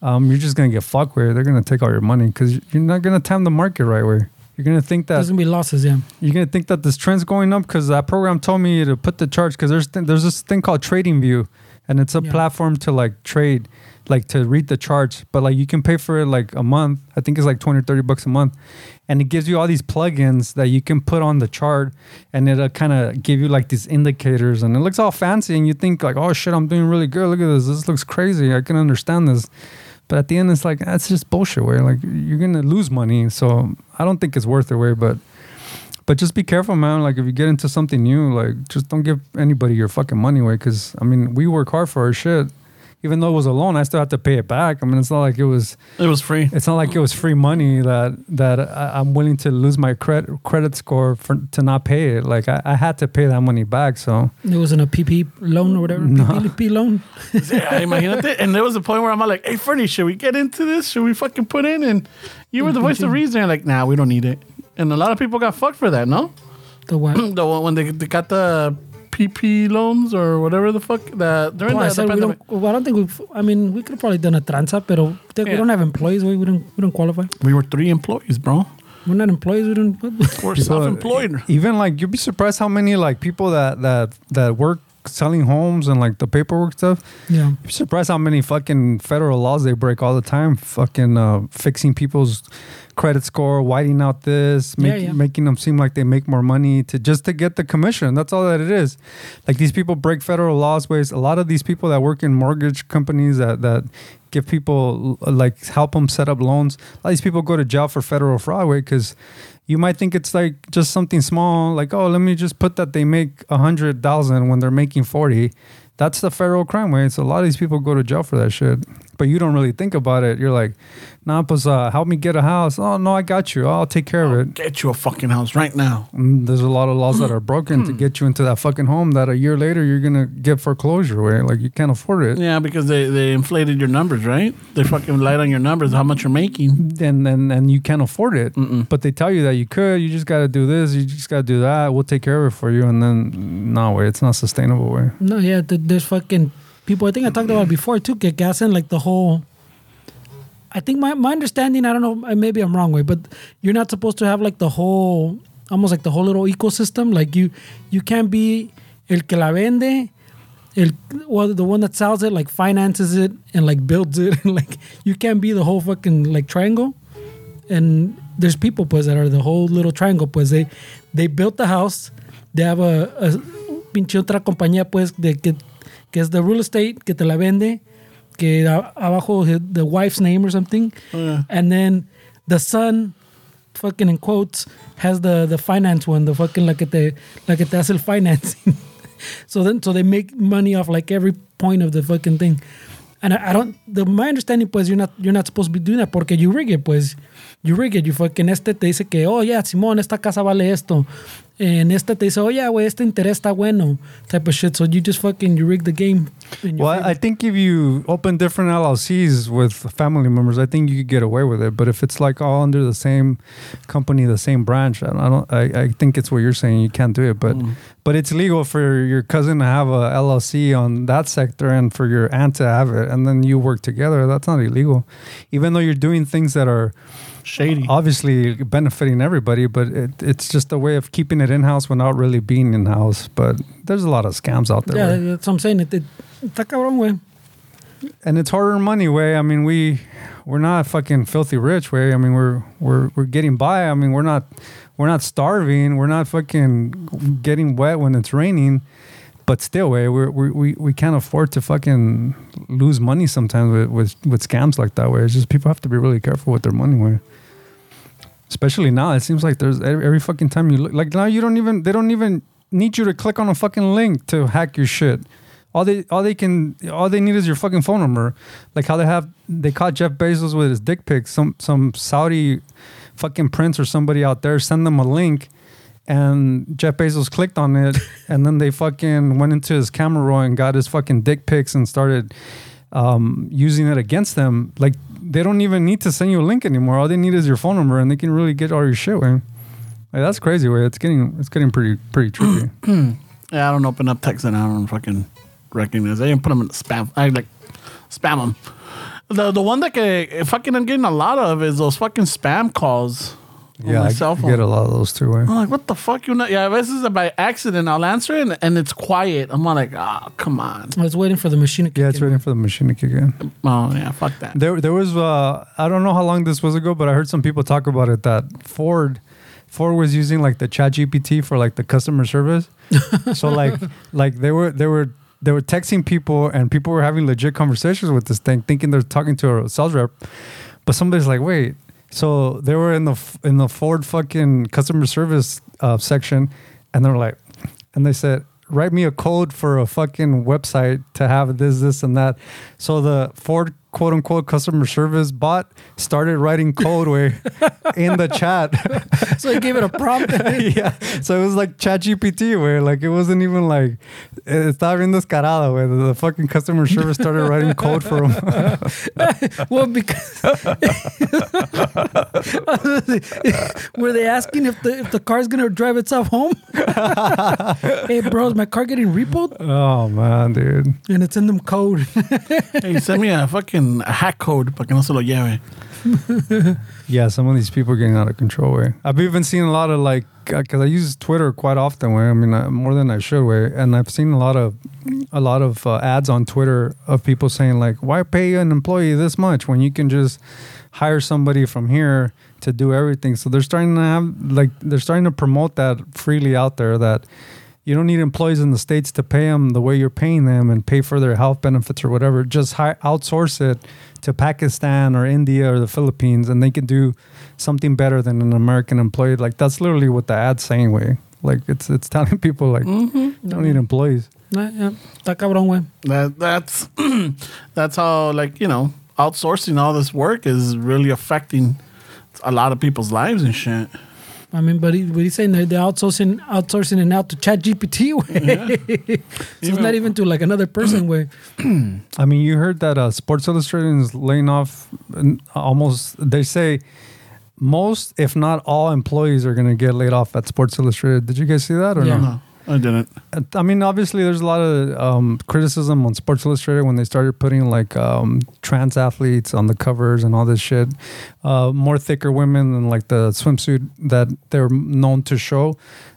Um, you're just gonna get fucked where they're gonna take all your money because you're not gonna time the market right where you're gonna think that
There's gonna be losses, yeah.
you're gonna think that this trend's going up because that program told me to put the charts because there's th- there's this thing called Trading View and it's a
Yeah.
platform to like trade, like to read the charts. But like you can pay for it like a month. I think it's like 20 or 30 bucks a month. And it gives you all these plugins that you can put on the chart and it'll kind of give you like these indicators and it looks all fancy and you think like, oh shit, I'm doing really good. Look at this. This looks crazy. I can understand this. But at the end, it's like that's just bullshit. Where like you're gonna lose money, so I don't think it's worth it. Where but but just be careful, man. Like if you get into something new, like just don't give anybody your fucking money away. Because I mean, we work hard for our shit. Even though it was a loan, I still have to pay it back. I mean, it's not like it was.
It was free.
It's not like it was free money that that I, I'm willing to lose my credit credit score for to not pay it. Like I, I had to pay that money back. So
It wasn't a PP loan or whatever. PPP loan.
Yeah, imagínate. And there was a point where I'm like, hey, Fernie, should we get into this? Should we fucking put in? And you were the voice of reason. You're like, nah, we don't need it. And a lot of people got fucked for that, no?
The what?
the one when they, they got the PP loans or whatever the fuck that during
Well, I
the, the
said we
pandemic.
don't. Well, I don't think we've. I mean, we could have probably done a transa, but we
Yeah.
don't have employees. We, we don't. We don't qualify.
We, were three employees, bro.
We're not employees. We don't.
We're
People-
self-employed.
even like you'd be surprised how many like people that that that work selling homes and like the paperwork stuff
yeah.
You're surprised how many fucking federal laws they break all the time. Fucking uh, fixing people's credit score, whiting out this,
Yeah,
make,
yeah.
making them seem like they make more money to just to get the commission. That's all that it is. Like these people break federal laws ways. A lot of these people that work in mortgage companies that that give people uh, like help them set up loans. A lot of these people go to jail for federal fraud way because. You might think it's like just something small, like oh, let me just put that they make a hundred thousand when they're making forty. That's the federal crime way. It's a lot of these people go to jail for that shit. But you don't really think about it. You're like, nah, pues, uh, help me get a house. Oh, no, I got you. I'll take care of it.
Get you a fucking house right now.
Mm, There's a lot of laws that are broken to get you into that fucking home that a year later you're going to get foreclosure where like you can't afford it.
Yeah, because they, they inflated your numbers, right? They fucking lied on your numbers, how much you're making.
And, and, and you can't afford it. But they tell you that you could. You just got to do this. You just got to do that. We'll take care of it for you. And then, no way. It's not sustainable way.
No. Yeah. th- There's fucking people. I think I talked about it before too. Get gas in like the whole. I think my, my understanding. I don't know. I- Maybe I'm wrong way, but you're not supposed to have like the whole, almost like the whole little ecosystem. Like you, you can't be el que la vende. El, well, the one that sells it like finances it and like builds it and like you can't be the whole fucking like triangle. and there's people pues that are the whole little triangle pues they they built the house they have a, a pinche otra compañía pues de que que es the real estate que te la vende que a- abajo his- the wife's name or something and then the son fucking in quotes has the the finance one the fucking la que te la que te hace el financing so then so they make money off like every point of the fucking thing and I, I don't the my understanding pues you're not you're not supposed to be doing that porque you rig it pues you rig it you fucking este te dice que oh yeah Simón esta casa vale esto and este te dice oh yeah güey este interés está bueno type of shit so you just fucking you rig the game in your
Well, I I
favor.
think if you open different LLCs with family members, I think you could get away with it. But if it's like all under the same company, the same branch, I don't. I, don't, I, I think it's what you're saying. You can't do it, but
Mm.
but it's legal for your cousin to have a LLC on that sector and for your aunt to have it, and then you work together. That's not illegal, even though you're doing things that are
Shady.
obviously benefiting everybody. But it, it's just a way of keeping it in house without really being in house. But there's a lot of scams out there.
yeah
where-
that's what I'm saying it, it, está cabrón güey
and it's harder money way. I mean, we we're not fucking filthy rich way. I mean, we're we're we're getting by. I mean, we're not we're not starving. We're not fucking getting wet when it's raining. But still, way we're, we we we can't afford to fucking lose money sometimes with with, with scams like that. Way it's just people have to be really careful with their money. Way especially now, it seems like there's every, every fucking time you look like now you don't even they don't even need you to click on a fucking link to hack your shit. All they all they can all they need is your fucking phone number. Like how they have they caught Jeff Bezos with his dick pics. Some some Saudi fucking prince or somebody out there send them a link and Jeff Bezos clicked on it and then they fucking went into his camera roll and got his fucking dick pics and started um, using it against them. Like they don't even need to send you a link anymore. All they need is your phone number and they can really get all your shit. Man. Like, that's crazy. Way it's getting it's getting pretty pretty tricky.
Yeah, I don't open up texts and I don't fucking recognize. I didn't put them in the spam. I like spam them. The the one that I, fucking I'm getting a lot of is those fucking spam calls. on
Yeah,
my
I
cell phone. Oh,
get a lot of those too. eh?
I'm like, what the fuck? You know, yeah, this is by accident. I'll answer it and, and it's quiet. I'm all like, oh, come on.
I was waiting for the machine to kick
Yeah, it's
in.
waiting for the machine to kick in.
Oh, yeah, fuck that.
There, there was uh, I don't know how long this was ago, but I heard some people talk about it that Ford, Ford was using like the Chat GPT for like the customer service. so like, like they were they were they were texting people, and people were having legit conversations with this thing, thinking they're talking to a sales rep. But somebody's like, wait. So they were in the f- in the Ford fucking customer service uh, section, and they were like, and they said, write me a code for a fucking website to have this, this, and that. So the Ford quote unquote customer service bot started writing code way in the chat.
So I gave it a prompt.
yeah. So it was like chat GPT where like it wasn't even like eh, estaba bien descarada where the, the fucking customer service started writing code for him.
well, because were they asking if the if the car's gonna drive itself home? hey, bro, is my car getting repoed?
oh man, dude.
And it's in them code.
hey, send me a fucking hack code para que no se lo lleve.
Yeah, some of these people are getting out of control. Way I've even seen a lot of like because I use Twitter quite often. Way I mean uh, more than I should. Way and I've seen a lot of a lot of uh, ads on Twitter of people saying like, "Why pay an employee this much when you can just hire somebody from here to do everything?" So they're starting to have like they're starting to promote that freely out there that. You don't need employees in the states to pay them the way you're paying them and pay for their health benefits or whatever. Just hi- outsource it to Pakistan or India or the Philippines, and they can do something better than an American employee. Like that's literally what the ad's saying. Way like it's it's telling people like you don't need employees.
Nah, yeah, está cabrón, güey.
That that's that's how like you know outsourcing all this work is really affecting a lot of people's lives and shit.
I mean, but he, but he's saying they're, they're outsourcing outsourcing it now to Chat GPT. so it's not even to like another person. Way
I mean, you heard that uh, Sports Illustrated is laying off n- almost. They say most, if not all, employees are going to get laid off at Sports Illustrated. Did you guys see that or
Yeah.
no?
No, I didn't.
I mean, obviously, there's a lot of um, criticism on Sports Illustrated when they started putting like um, trans athletes on the covers and all this shit. Uh, more thicker women than like the swimsuit that they're known to show.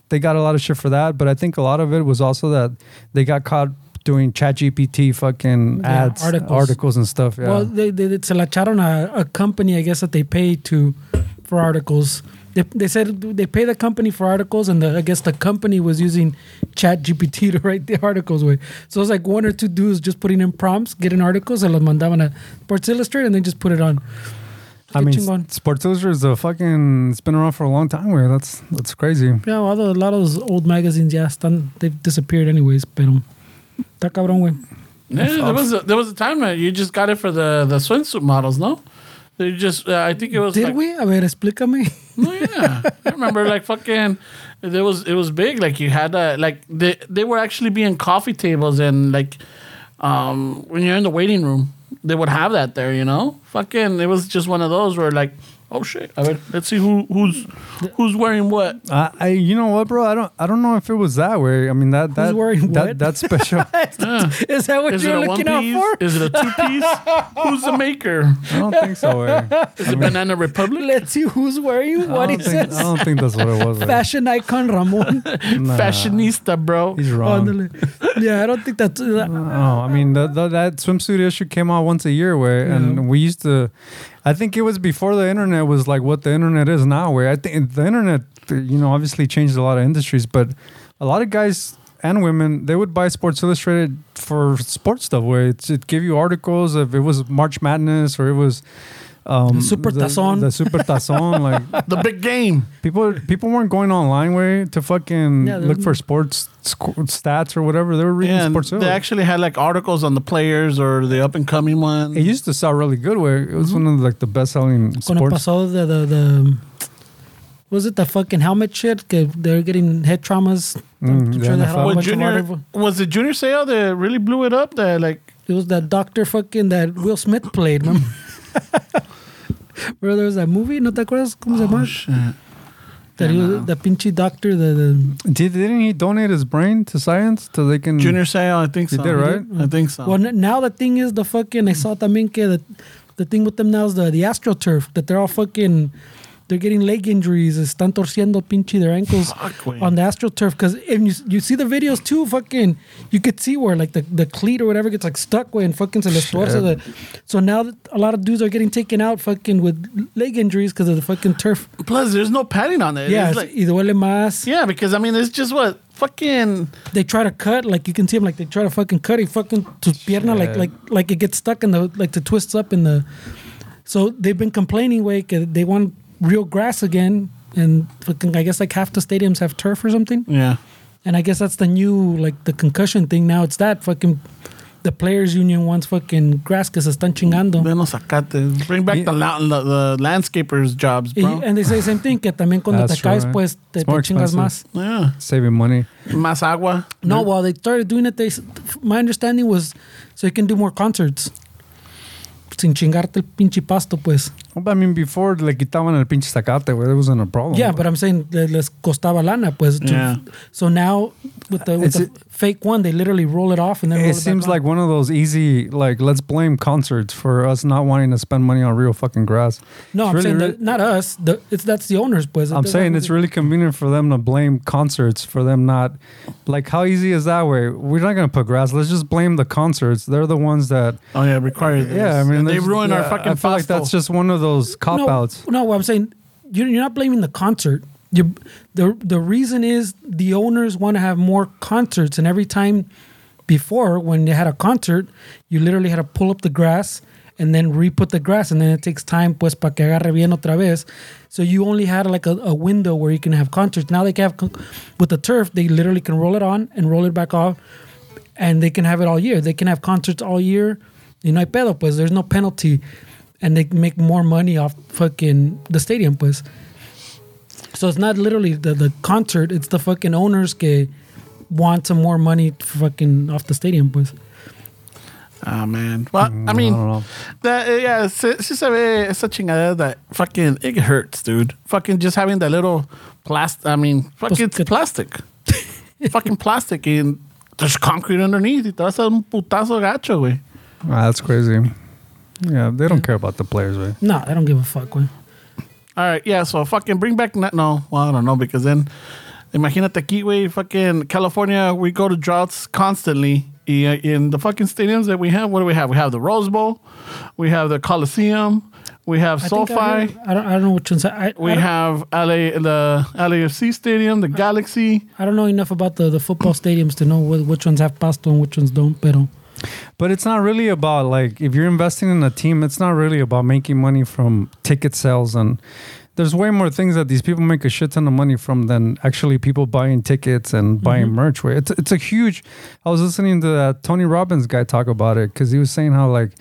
They got a lot of shit for that, but I think a lot of it was also that they got caught doing ChatGPT fucking
Yeah,
ads,
articles.
articles. and stuff. Yeah.
Well, they they, they se la echaron a, a company, I guess that they pay to for articles. They, they said they pay the company for articles, and the, I guess the company was using Chat GPT to write the articles with. So it was like one or two dudes just putting in prompts, getting articles, and los mandaban a Sports Illustrated, and they just put it on.
I
Qué
mean,
chingón.
S- Sports Illustrated is a fucking. It's been around for a long time. Where that's that's crazy.
Yeah, all the, a lot of those old magazines, yeah, están, they've disappeared anyways, pero está cabrón, güey.
Yeah, there was a, there was a time that you just got it for the the swimsuit models. No, they just uh, I think it was
Did
like-
we? A ver, explícame.
No, yeah, I remember like fucking. There was it was big. Like you had uh, like they they were actually being coffee tables and like, um, when you're in the waiting room, they would have that there. You know, fucking. It was just one of those where like, oh shit, I mean, let's see who who's who's wearing what.
I, I, you know what, bro? I don't, I don't know if it was that way. I mean, that, that,
wearing
that,
what?
that special. I
Is that what
Is it
you're
a one
looking out
piece?
for?
Is it a two piece? who's the maker?
don't think so. Way. I,
Is it Banana Republic?
Let's see who's wearing what
don't
it
think, I
says.
don't think that's what it was. eh. Way.
Fashion icon Ramon.
Nah,
Fashionista, bro.
he's wrong.
Ándale. yeah, I don't think that's. uh,
Oh, I mean, the, the, that swimsuit issue came out once a year, way, and we used to. I think it was before the internet was like what the internet is now. Way I think the internet, you know, obviously changed a lot of industries, but a lot of guys and women they would buy Sports Illustrated for sports stuff. Way it, it gave you articles if it was March Madness or it was. Um,
Super
the-
Tazón.
the super tazon, like
The big game.
people, people weren't going online way to fucking
Yeah,
look
they-
for sports sc- stats or whatever. They were reading
Yeah, and
sports.
they
Illustrated.
actually had like articles on the players or the up and coming ones.
It used to sell really good. Where it was one of like the best selling
Mm-hmm. Con el
sports.
pasado de the, the was it the fucking helmet shit? Que They're getting head traumas.
Mm,
I'm
the
sure they had
NFL.
a
Well,
bunch of
junior
articles.
was the junior sale that really blew it up. That like
It was that doctor fucking that Will Smith played. Remember, Remember there was that movie? ¿No te acuerdas
Oh,
cómo se llama? That he was, the pinchy doctor, the, the
Did, didn't he donate his brain to science so they can?
junior sale, I think
You
so.
did, right?
I think so.
well. n- Now the thing is the fucking. I saw también que the, the thing with them now is the the astroturf that they're all fucking they're getting leg injuries. Están torciendo pinche their ankles
Fuck, güey.
on the AstroTurf. Because if you, you see the videos too, fucking, you could see where like the, the cleat or whatever gets like stuck way and fucking se les torce. The, so now that a lot of dudes are getting taken out fucking with leg injuries because of the fucking turf.
Plus, there's no padding on it.
yeah,
It's like-
it's, y duele más.
yeah, because I mean, it's just what fucking
they try to cut like you can see him like they try to fucking cut he fucking to pierna like
Shit.
like like it gets stuck in the like the twists up in the so they've been complaining wake they want real grass again and fucking I guess like half the stadiums have turf or something
yeah.
and I guess that's the new like the concussion thing now it's that fucking the players union wants fucking grass que se están chingando
Ven los acates. Bring back the, la- the the landscapers jobs,
Y-
bro.
and they say the same thing que también cuando te
That's true,
caes
eh?
pues te,
It's
te
more
chingas más
expensive.
yeah,
saving money.
más agua.
No, while they started doing it, they s- my understanding was so you can do more concerts. Sin chingarte el pinche pasto, pues.
Well, but I mean, before le quitaban el pinche sacate, güey, it wasn't a problem.
yeah, but I'm saying le- les costaba lana, pues. to-
Yeah.
So now with the, with
It's
the fake one, they literally roll it off and then roll
it
it
seems
back
like
on.
one of those easy, like let's blame concerts for us not wanting to spend money on real fucking grass.
no,
It's
I'm
really,
saying
really-
that, not us. The, it's that's the owners, pues. It
I'm
doesn't
saying
have
it's
to-
really convenient for them to blame concerts for them not, like how easy is that way? We're not gonna put grass. Let's just blame the concerts. They're the ones that.
Oh yeah, require this.
Yeah, I mean
they
there's-
ruin our
yeah,
fucking.
I feel like
pasto.
that's just one of those cop
no,
outs.
No, what I'm saying you're, you're not blaming the concert. You the the reason is the owners want to have more concerts, and every time before when they had a concert, you literally had to pull up the grass and then re-put the grass, and then it takes time pues para que agarre bien otra vez. So you only had like a, a window where you can have concerts. Now they can have con- with the turf, they literally can roll it on and roll it back off, and they can have it all year. They can have concerts all year. Y no hay pedo, pues. There's no penalty. And they make more money off fucking the stadium, pues. So it's not literally the, the concert, it's the fucking owners que want some more money fucking off the stadium, pues.
Oh man. Well,
Mm,
I
I
mean,
don't know.
that uh, yeah, si, si se ve esa chingadera that fucking it hurts, dude. Fucking just having that little plastic. I mean, fucking it's
que-
plastic. fucking plastic and there's concrete underneath. Y te vas a un putazo gacho, güey.
Ah, that's crazy. Yeah, they don't care about the players, right?
No, I don't give a fuck, güey.
All right, yeah. So fucking bring back na- no. Well, I don't know because then, imagínate aquí, güey. Fucking California, we go to droughts constantly. Y, uh, in the fucking stadiums that we have, what do we have? We have the Rose Bowl, we have the Coliseum, we have
I think
SoFi.
I, heard- I don't, I don't know which one's. I,
We
I, don't,
have LA, the LAFC Stadium, the Galaxy.
I don't know enough about the, the football stadiums to know wh- which ones have pasto and which ones don't, pero.
But it's not really about like if you're investing in a team, it's not really about making money from ticket sales and there's way more things that these people make a shit ton of money from than actually people buying tickets and buying merch. Where it's it's a huge. I was listening to that Tony Robbins guy talk about it because he was saying how like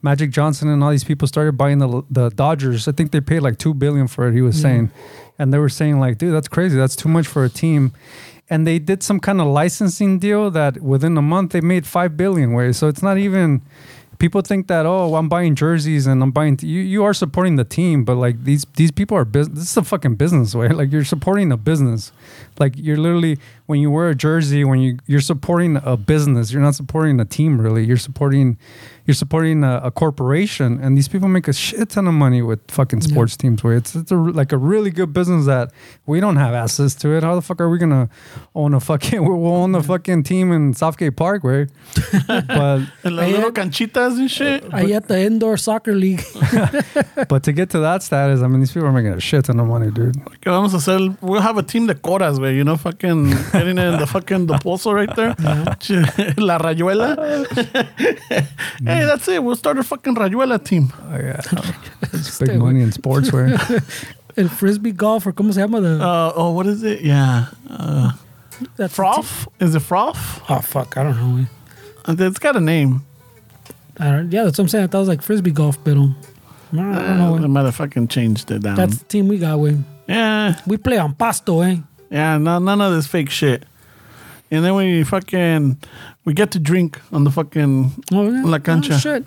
Magic Johnson and all these people started buying the the Dodgers. I think they paid like two billion for it. He was saying, and they were saying like, dude, that's crazy. That's too much for a team. And they did some kind of licensing deal that within a month they made five billion. Where so it's not even. People think that oh, I'm buying jerseys and I'm buying. you you are supporting the team, but like these these people are business. This is a fucking business way. Like you're supporting a business. Like you're literally when you wear a jersey, when you you're supporting a business. You're not supporting a team really. You're supporting you're supporting a, a corporation, and these people make a shit ton of money with fucking sports teams. Where it's it's a, like a really good business that we don't have access to it. How the fuck are we gonna own a fucking we'll own the fucking team in Southgate Park, where? but
And the
I
little
had-
canchitas and shit.
I at the indoor soccer league.
But to get to that status, I mean, these people are making a shit ton of money, dude.
Que vamos a hacer, we'll have a team de coras, güey. You know, fucking getting in the fucking the pozo right there. La rayuela. hey, that's it. We'll start a fucking rayuela team.
Oh, yeah. It's big money in sportswear.
El frisbee golf, or como se llama? The,
Uh, oh, what is it? Yeah. Uh,
that's the team-
froth? Is it froth?
Oh, fuck. I don't know, güey.
It's got a name.
I don't, yeah, that's what I'm saying. I thought it was like frisbee golf, but um, I don't know.
Uh,
eh.
they might have fucking changed it down.
That's the team we got. We
yeah.
we play on pasto, eh?
Yeah, no, none of this fake shit. And then we fucking we get to drink on the fucking
Oh, yeah.
La cancha.
Oh, shit.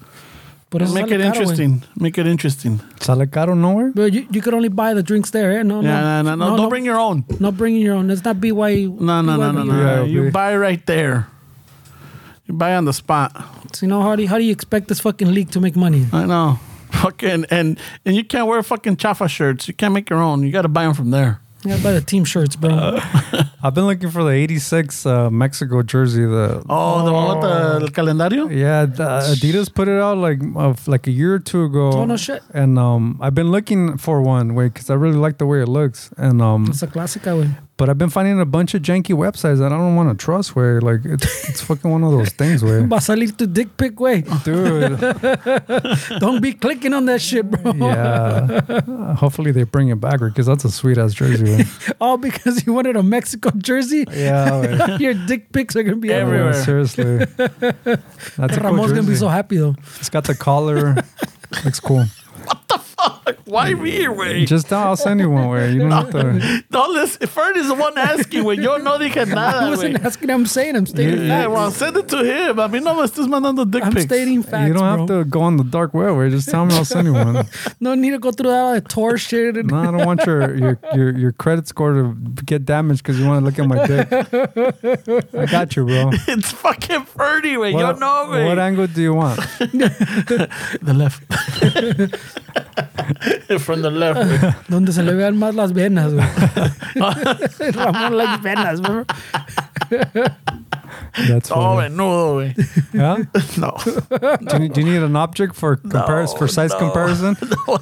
But it's
make it interesting. Make it interesting.
Sale caro nowhere?
But you, you could only buy the drinks there, eh? No,
yeah, no, no, no, don't bring your own.
Not bringing your own. It's not BY.
No, no, no, no, no.
Yeah,
you
okay.
buy right there. You buy on the spot.
So, you know, how do you, how do you expect this fucking league to make money?
I know. fucking and and you can't wear fucking Chafa shirts. You can't make your own. You got to buy them from there.
Yeah, by the team shirts, bro.
I've been looking for the '86 uh, Mexico jersey. The
Oh, the one with the el calendario.
Yeah, the uh, Adidas put it out like of like a year or two ago.
Oh, no shit.
And um, I've been looking for one way because I really like the way it looks. And um,
It's a classic, güey.
but I've been finding a bunch of janky websites that I don't want to trust. Where like it's, it's fucking one of those things where,
Va a salir tu dick pic, güey.
dude,
Don't be clicking on that shit, bro.
yeah. Uh, Hopefully they bring it back because that's a sweet ass jersey. man.
All because you wanted a Mexico jersey.
yeah, man.
Your dick pics are gonna be
Yeah,
everywhere.
seriously, that's a cool
Ramon's gonna be
jersey.
so happy though.
It's got the collar. Looks cool.
Why me, güey?
Just I'll send you one way. You don't have to.
No, listen. Ferd is the one asking, güey. Yo no dije
I
nada,
wasn't
Ah, güey.
asking. I'm saying. I'm stating.
Yeah,
facts.
well, send it to him. I mean, no, it's just mandando dick
I'm
pics.
stating facts.
you don't
bro.
have to go on the dark web. Where just tell me I'll send you one.
No need to go through all that tour shit. And
No, I don't want your your your, your credit score to get damaged because you want to look at my dick. I got you, bro.
It's fucking Ferdy, güey. Yo
What-
no, güey.
what angle do you want?
the left. From the left. güey.
Donde se le vean más las venas, güey. Ramón las venas, bro.
That's
Oh,
what.
menudo, güey.
Yeah?
No.
Do, you, do you need an object for comparison for size
no.
comparison?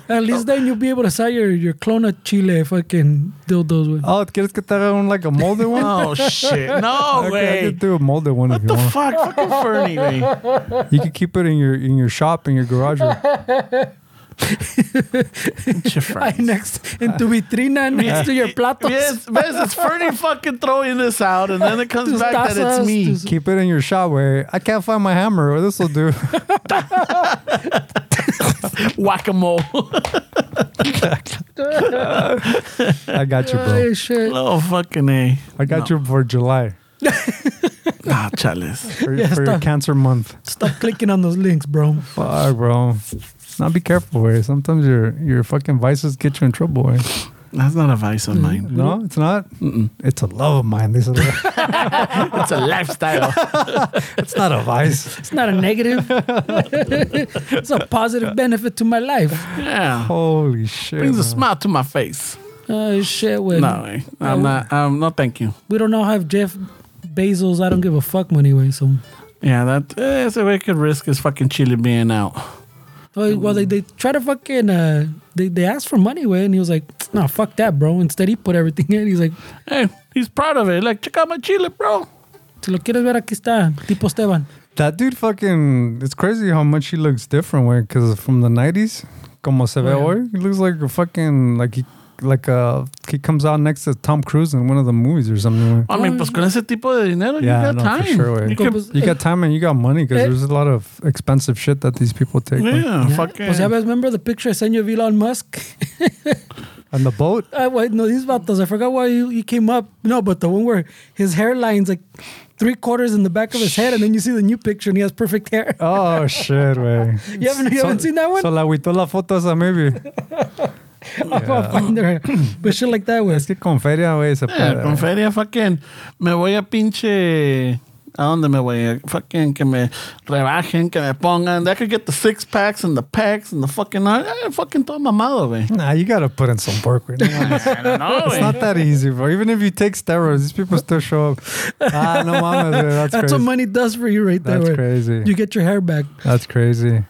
At least then you'll be able to sell your, your clone of Chile fucking dildos, güey.
Oh, quieres que te haga un like a molded one?
Oh, shit. No,
Okay, I
güey.
could do a molded one if you
the
want.
fuck? Fucking Ferdy, güey.
you could keep it in your in your shop in your garage. Or,
Pinche Ferdy.
Right next in tu vitrina, next to your platos.
Yes, yes, it's Fernie fucking throwing this out, and then it comes
Tus
back that
tazas,
it's me.
tus-
keep it in your shop where I can't find my hammer. Or this will do.
Whack a mole.
I got you, bro.
Ay, shit.
oh, fucking A.
I got you for July
Nah, chalice.
for,
Yeah,
for your
stop.
cancer month.
Stop clicking on those links, bro.
Fuck, bro. Now be careful, way. Sometimes your your fucking vices get you in trouble, way.
That's not a vice of mine.
No, it's not. It's a love of mine. This is a-
It's a lifestyle.
it's not a vice.
It's not a negative. it's a positive benefit to my life.
Yeah.
Holy shit.
Brings a
man.
smile to my face.
Oh shit, wait.
No, eh, I'm not. Um, no, thank you.
We don't all have Jeff Bezos. I don't give a fuck money, way. So,
Yeah, that eh, so we could risk his fucking chili being out.
well, well, they they try to fucking uh, they they asked for money, way, and he was like, "No, fuck that, bro." Instead, he put everything in. He's like,
Hey, he's proud of it. Like, check out my chili, bro.
"Si lo quieres ver, aquí está, tipo Esteban."
That dude fucking. It's crazy how much he looks different, way. Because from the nineties, como se ve
Oh, yeah.
hoy, he looks like a fucking like he like uh he comes out next to Tom Cruise in one of the movies or something. Way.
I mean, pues con ese tipo de dinero,
Yeah,
you got
no, for
time.
sure, wey.
you
Pues,
could,
You got time and you got money because
Eh.
there's a lot of expensive shit that these people take. way.
yeah,
Yeah.
uh, fucking.
Pues ya ves, remember the picture I sent you of Elon Musk?
And the boat.
I, wait, no, these vatos. I forgot why you, you came up. No, but the one where his hairline's like three quarters in the back of his head, and then you see the new picture and he has perfect hair.
Oh shit, way.
You haven't, you haven't seen that one?
So la agüitó la foto esa maybe.
I'll find her. But shit like that
Es
was.
que con feria, güey,
Eh,
se
Yeah,
puede.
con feria fucking me voy a pinche ¿A dónde me voy? A Fucking que me rebajen, que me pongan. That could get the six packs and the packs and the fucking. Eh, fucking todo mamado, güey.
Nah, you gotta put in some work. güey. No, mames.
I don't know,
it's not that easy, bro. Even if you take steroids, these people still show up. Ah, no mames, güey. That's,
That's what
crazy.
money does for you right there.
That's
güey.
crazy.
You get your hair back.
That's crazy.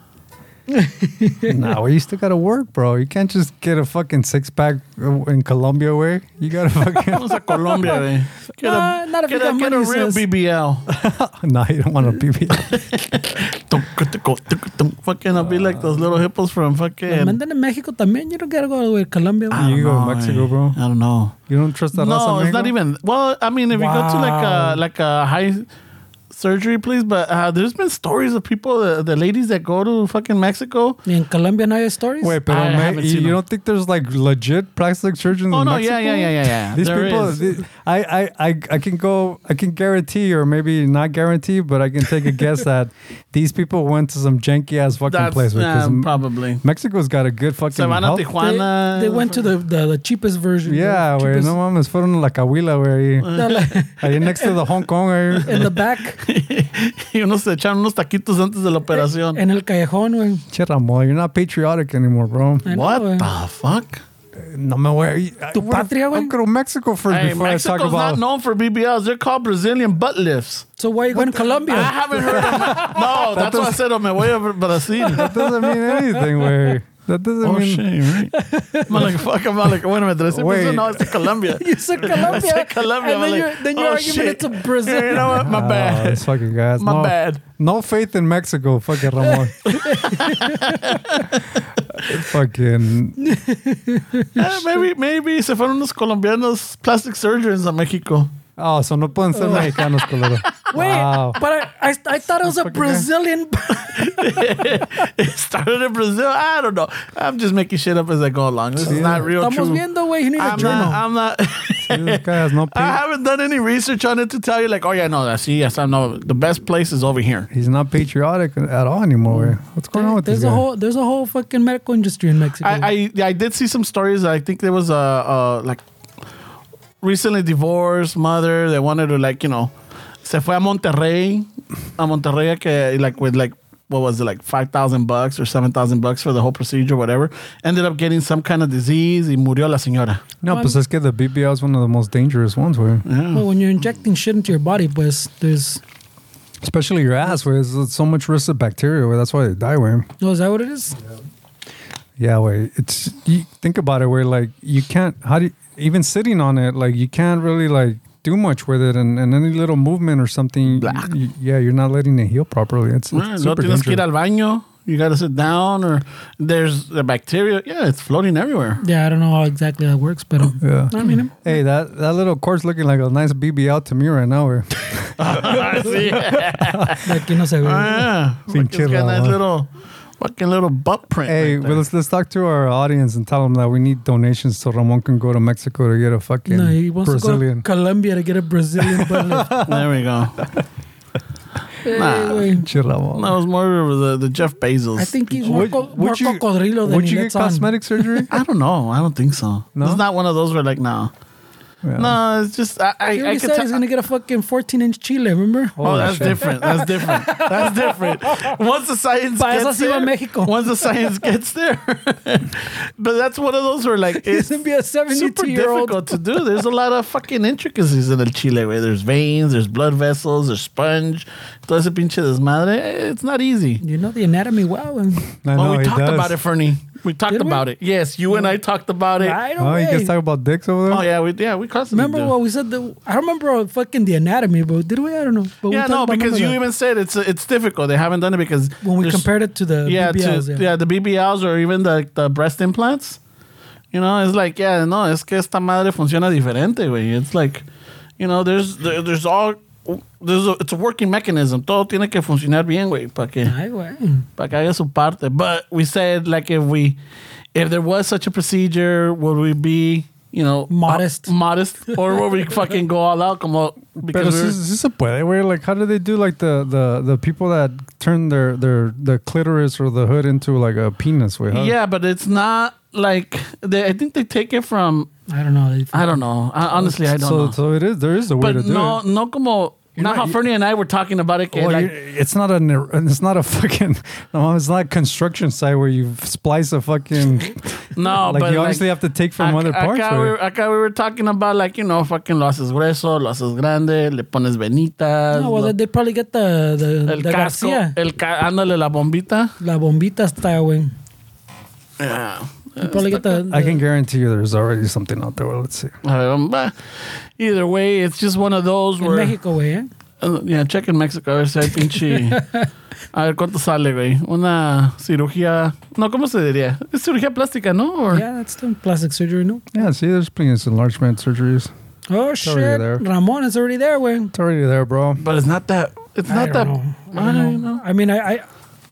nah, well, you still gotta work, bro. You can't just get a fucking six pack in Colombia, way. You gotta fucking.
Vamos a Colombia, güey. Get
Nah, not if
get
you
a,
got
get a
money,
real
says.
BBL.
nah, you don't want to be.
Tum, tum, tum, tum. fucking, I'll be like
Ah.
those little hippos from
Yeah.
fucking.
Mandan en México también. You don't gotta go all the way to Colombia.
I
güey.
don't
You go to
know,
Mexico,
eh.
güey.
bro.
I don't know.
You don't trust that.
No, it's not even. Well, I mean, if you go to like
Wow.
a like a high surgery place, but uh, there's been stories of people, the, the ladies that go to fucking Mexico.
¿Y en Colombia no hay stories?
Wait, but
I
man,
haven't
you,
seen
you
them.
don't think there's like legit plastic surgeons?
Oh
in
no,
Mexico?
yeah, yeah, yeah, yeah, yeah.
These
There
people,
is.
the- I, I, I, I can go, I can guarantee, or maybe not guarantee, but I can take a guess that these people went to some janky ass fucking
that's um,
place.
yeah,
Because
probably.
Mexico's got a good fucking.
Savannah,
health-
they,
Tijuana.
they went to the, the, the cheapest version. güey.
Yeah, where
Cheapest-
no mames, fueron a la cahuila, where you,
No, like,
are you next to the Hong Kong, where
in the back.
y unos se echaron unos taquitos antes de la operación.
En el callejón, güey.
Che, Ramón, you're not patriotic anymore, bro.
I know,
What
güey.
the fuck?
No me voy a...
Tu patria, güey.
I'll go to Mexico first
Hey,
before
Mexico's
I talk about...
not known for BBLs. They're called Brazilian butt lifts.
So why you going to Colombia?
I haven't heard of No, that's why I said on my way over Brazil.
That doesn't mean anything, way. That doesn't
Oh,
mean...
shit, right? I'm like, fuck, I'm like, wait a minute, did I say
Wait.
Brazil? No, I said Colombia.
you said Colombia.
I said Colombia.
And
I'm
then,
like,
you're, then you're
oh,
arguing
shit.
it's a Brazil.
You know what? My
Oh,
bad.
these fucking guys.
My
no,
bad.
No faith in Mexico. Fucking Ramon. fucking.
Eh, maybe, maybe se fueron unos colombianos plastic surgeons a México.
Oh, so no pueden ser mexicanos, culero.
Wait,
Wow.
but I, I, I thought it was a
Fucking guy.
Brazilian.
It started in Brazil. I don't know. I'm just making shit up as I go along. This is not real
Estamos
true. Ah,
viendo, güey. You need a
I'm
journal.
not, I'm not.
This guy has no faith.
I haven't done any research on it to tell you, like, oh yeah, no, that's yes, I know. The best place is over here.
He's not patriotic at all anymore. What's going on with
there's
this
a
guy?
whole there's a whole fucking medical industry in Mexico.
I, I yeah, I did see some stories. I think there was a, a like recently divorced mother that wanted to like you know se fue a Monterrey a Monterrey a que like with like what was it like five thousand bucks or seven thousand bucks for the whole procedure whatever ended up getting some kind of disease y murió la señora.
no, pues es que the BBL is one of the most dangerous ones, where
Well, when you're injecting shit into your body, pues there's
especially your ass, where there's so much risk of bacteria. Where that's why they die, where
oh, is that what it is?
Yeah, wait. It's you think about it where like you can't how do you, even sitting on it like you can't really like do much with it and, and any little movement or something
Blah.
you- yeah you're not letting it heal properly it's,
No
it's super
tienes que ir
dangerous.
al baño. You gotta sit down or there's the bacteria. Yeah, it's floating everywhere.
Yeah, I don't know how exactly that works, but um,
Yeah.
I mean,
hey that that little course looking like a nice BBL to me right now where
I see.
like you know, say,
Oh, Yeah. Fucking
chill
got
out,
that
huh?
little fucking little butt print.
hey
right
well,
there.
let's let's talk to our audience and tell them that we need donations so Ramon can go to Mexico to get a fucking
no, he wants
Brazilian
to go to Colombia to get a Brazilian butt lift.
There we go.
Hey,
Nah.
güey.
Che, Ramon.
That was more of the, the Jeff Bezos.
I think he's more,
would,
co- more
would you,
cocodrilo than
would
he
you get
lets on.
cosmetic surgery
I don't know. I don't think so.
No?
It's not one of those where like no,
Yeah.
no. It's just I. I,
He
I
already
could
said he's
tell.
gonna get a fucking 14 inch chile. Remember?
Oh,
Holy
that's
shit.
different. That's different. That's different. Once the science
Pa' eso
gets
sí va
there,
México.
once the science gets there, but that's one of those where like it's
He's gonna be a
super
72 year
difficult
old.
to do. There's a lot of fucking intricacies in el chile. Where there's veins, there's blood vessels, there's sponge. Todo ese pinche desmadre. It's not easy.
You know the anatomy well. And
I
Well,
know,
we
he
talked
does.
about it, Fernie. We talked
Did we?
about it. Yes, you and I talked about it.
right
oh
away.
you guys talk about dicks over there
Oh yeah, we yeah we constantly
Remember
do.
what we said? The, I don't remember uh, fucking the anatomy, but did we? I don't know. But we
yeah,
talked
no,
about
because
remember
you
that.
even said it's it's difficult. They haven't done it because
when we
there's-
compared it to the
yeah, to-
BBLs,
yeah. the BBLs or even the the breast implants. You know, it's like yeah, no, es que esta madre funciona diferente, güey. It's like, you know, there's there, there's all there's a, it's a working mechanism. Todo tiene que funcionar bien, güey, para que
Ay, güey.
para que haga su parte. But we said like if we if there was such a procedure, would we be you know
Modest.
uh, modest, or would we fucking go all out? Como
Pero
because
si,
we're-
si se puede, güey. Like, how do they do like the the the people that turn their their the clitoris or the hood into like a penis, güey? How-
yeah, but it's not like they, I think they take it from
I don't know.
I don't know. I, honestly, I don't
so,
know.
So it is. There is a way
but
to do Oh,
no,
it.
no, como not how
you-
Fernie and I were talking about it. que
Well,
like,
you- it's not a ner- it's not a fucking no, it's not a construction site where you splice a fucking
no,
like
but
you obviously have to take from
Ac-
other parts.
Acá, we,
güey.
acá we were talking about like you know fucking lo haces grueso, lo haces grande, le pones venitas.
No, well,
lo-
they probably get the the,
el
the
casco,
Garcia,
el ca- ándale la bombita.
la bombita style, güey.
Yeah.
They probably get the,
I can guarantee you, there's already something out there. Well, let's see.
A ver, um, bah. Either way, it's just one of those
the- in
where.
Mexico, güey. Eh?
Uh, yeah, check in Mexico, a ver si hay pinche. a ver cuánto sale, güey. Una cirugía. No, ¿cómo se diría? Es cirugía plástica, ¿no? Or-
Yeah, that's the plastic surgery, no?
Yeah, see, there's penis enlargement surgeries.
Oh
already
shit,
there.
Ramon is already there, güey.
It's already there, bro.
But it's not that. It's
I
not that.
don't know.
I, don't know.
I mean, I, I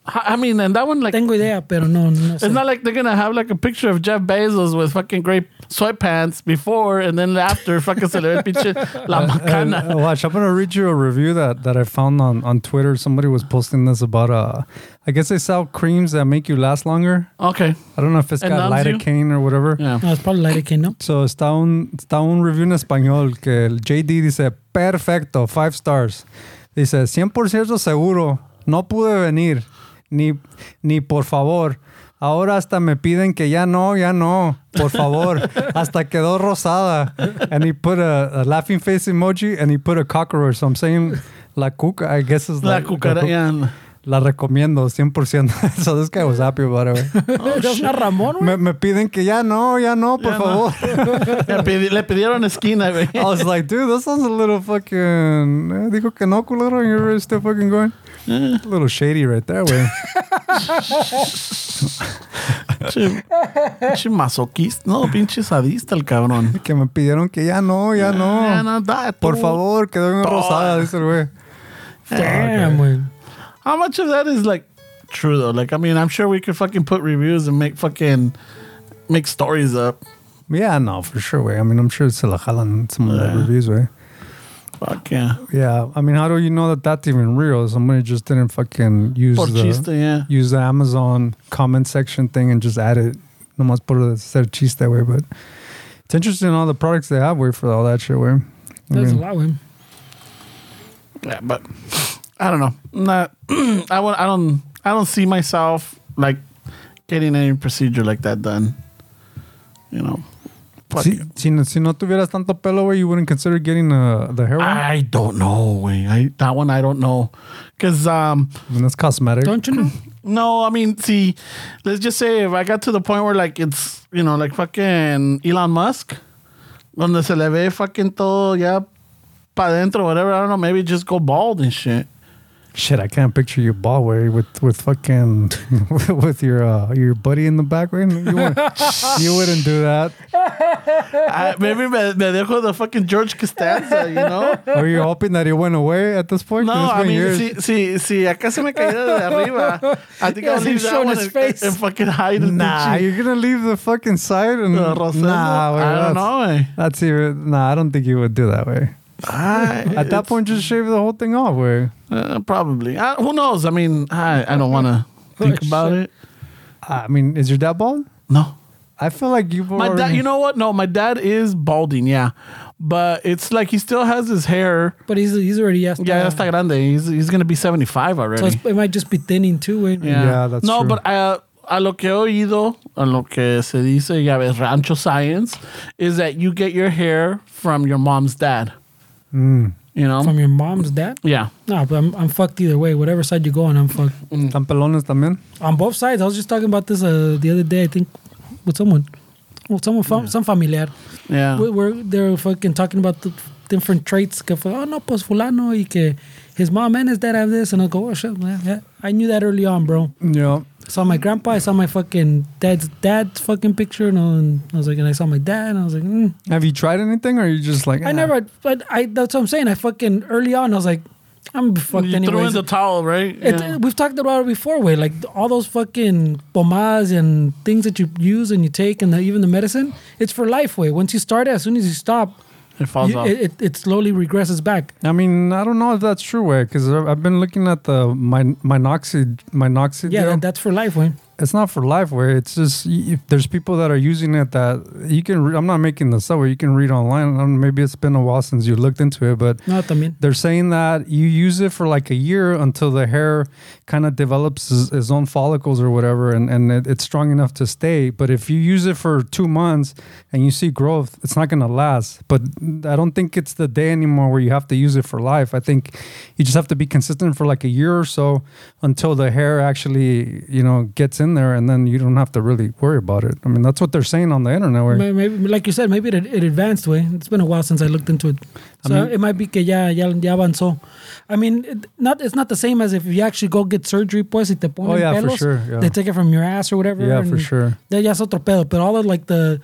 I I mean, and that one, like.
tengo idea, pero no, no sé.
It's not like they're gonna have like a picture of Jeff Bezos with fucking great sweatpants before and then after fucking se le ve el pinche la
And,
macana.
uh, watch, I'm gonna read you a review that, that I found on, on Twitter. Somebody was posting this about uh, I guess they sell creams that make you last longer.
Okay.
I don't know if it's
It
got
numbs you?
lidocaine or whatever.
Yeah.
no, it's probably like it, no?
So está un está un review en español que el JD dice perfecto five stars. Dice, 100% seguro, no pude venir, ni, ni por favor. Ahora hasta me piden que ya no, ya no, por favor. hasta quedó rosada. And he put a, a laughing face emoji and he put a cockroach. So I'm saying la cuca, I guess is
La
like-
cucara. yeah.
La recomiendo, 100%. so this guy was happy about it.
Oh,
güey.
Eres una Ramón, güey.
me, me piden que ya no, ya no, por
Ya no.
favor.
Le, pidi- le pidieron esquina, güey.
I was like, dude, that sounds a little fucking. eh, Dijo que no, culero, and you're still fucking going.
Eh.
A little shady right there, way.
Pinche pinche masoquista. No, pinche sadista el cabrón.
que me pidieron que ya no, ya no.
Ya no, da, tú.
Por favor, quedó en rosada, dice el güey.
Damn, güey.
How much of that is like true though? Like, I mean, I'm sure we could fucking put reviews and make fucking make stories up.
Yeah, no, for sure, way. I mean, I'm sure se la jalan some of the reviews, way.
Fuck yeah.
Yeah, I mean, how do you know that that's even real? Somebody just didn't fucking use
Por chiste,
the,
yeah.
use the Amazon comment section thing and just add it. Nomás por ser chiste, way. But it's interesting all the products they have, way, for all that shit, way.
There's a lot, güey.
Yeah, but I don't know. Not I won't- I don't I don't see myself like getting any procedure like that done. You know. Fuck
Si,
it.
si, no, si no tuvieras tanto pelo, güey, you wouldn't consider getting uh, the hair one?
I don't know. Wait, I that one I don't know. Cause um
I mean, that's cosmetic.
Don't you know?
no, I mean see, let's just say if I got to the point where like it's you know like fucking Elon Musk, donde se le ve fucking todo ya pa dentro whatever. I don't know. Maybe just go bald and shit.
Shit, I can't picture you ball way with with fucking with your uh, your buddy in the back way. You wouldn't, you wouldn't do that,
I, maybe me, me dejo the fucking George Costanza. You know.
or you're hoping that it went away at this point.
No,
'Cause it's
I
been
mean,
years.
si, si, si acá se me cayera de arriba, I think I'll
Yeah,
leave
he's
that
showing
one
his
and,
face.
and fucking hide it.
nah,
Pinche-
you're gonna leave the fucking side and
Uh, Rosendo?
nah, way,
I
that's,
don't know. eh.
That's even nah. I don't think you would do that way.
I,
At that point, just shave the whole thing off. Way
Uh, probably. I, who knows? I mean, I, I don't want to think about
shit.
it.
I mean, is your dad bald?
No.
I feel like you've
My
already.
dad, you know what? No, my dad is balding, yeah. But it's like he still has his hair.
But he's, he's already asked.
Yeah, that's está grande. He's, he's going to be 75
So
already.
it's- it might just be thinning too, güey.
yeah.
Yeah, that's
No,
true.
but I, a lo que he oído, a lo que se dice, ya ves, rancho science, is that you get your hair from your mom's dad.
Mm.
You know?
From your mom's dad?
yeah.
No, but I'm, I'm fucked either way. Whatever side you go on, I'm fucked.
Tan Mm. pelones también.
on both sides. I was just talking about this uh, the other day. I think with someone, with someone, fam- some familiar.
Yeah.
We were they're fucking talking about the different traits. Que fue, oh no, pues fulano y que his mom and his dad have this, and I go, oh shit, man, yeah. I knew that early on, bro.
Yeah.
Saw my grandpa. I saw my fucking dad's dad's fucking picture, and I- and I was like, and I saw my dad, and I was like, mm.
Have you tried anything, or are you just like
I
"Ah."
never, but I that's what I'm saying. I fucking early on, I was like, I'm fucked
you threw in
anyways.
the towel, right?
It,
Yeah.
We've talked about it before, way like all those fucking pomadas and things that you use and you take, and the, even the medicine. It's for life, way. Once you start it, as soon as you stop,
It falls
you-
off.
it, it, it slowly regresses back.
I mean, I don't know if that's true, way, because I've I've been looking at the min- minoxid minoxidil.
Yeah, that, that's for life, way.
it's not for life, way. It's just y- if there's people that are using it that you can. Re- I'm not making this up. Way you can read online. I don't know, maybe it's been a while since you looked into it, but
No, I mean,
they're saying that you use it for like a year until the hair kind of develops his, his own follicles or whatever and, and it, it's strong enough to stay but if you use it for two months and you see growth it's not going to last but i don't think it's the day anymore where you have to use it for life i think you just have to be consistent for like a year or so until the hair actually you know gets in there and then you don't have to really worry about it i mean that's what they're saying on the internet where
may- maybe like you said, maybe it, it advanced, way. It's been a while since I looked into it, so it might be que ya ya ya avanzó. I mean, it, not it's not the same as if you actually go get surgery, pues, y te ponen
Oh, yeah, for
pelos,
sure, yeah.
They take it from your ass or whatever.
Yeah, for sure.
Yeah, ya es otro pedo, but all of like the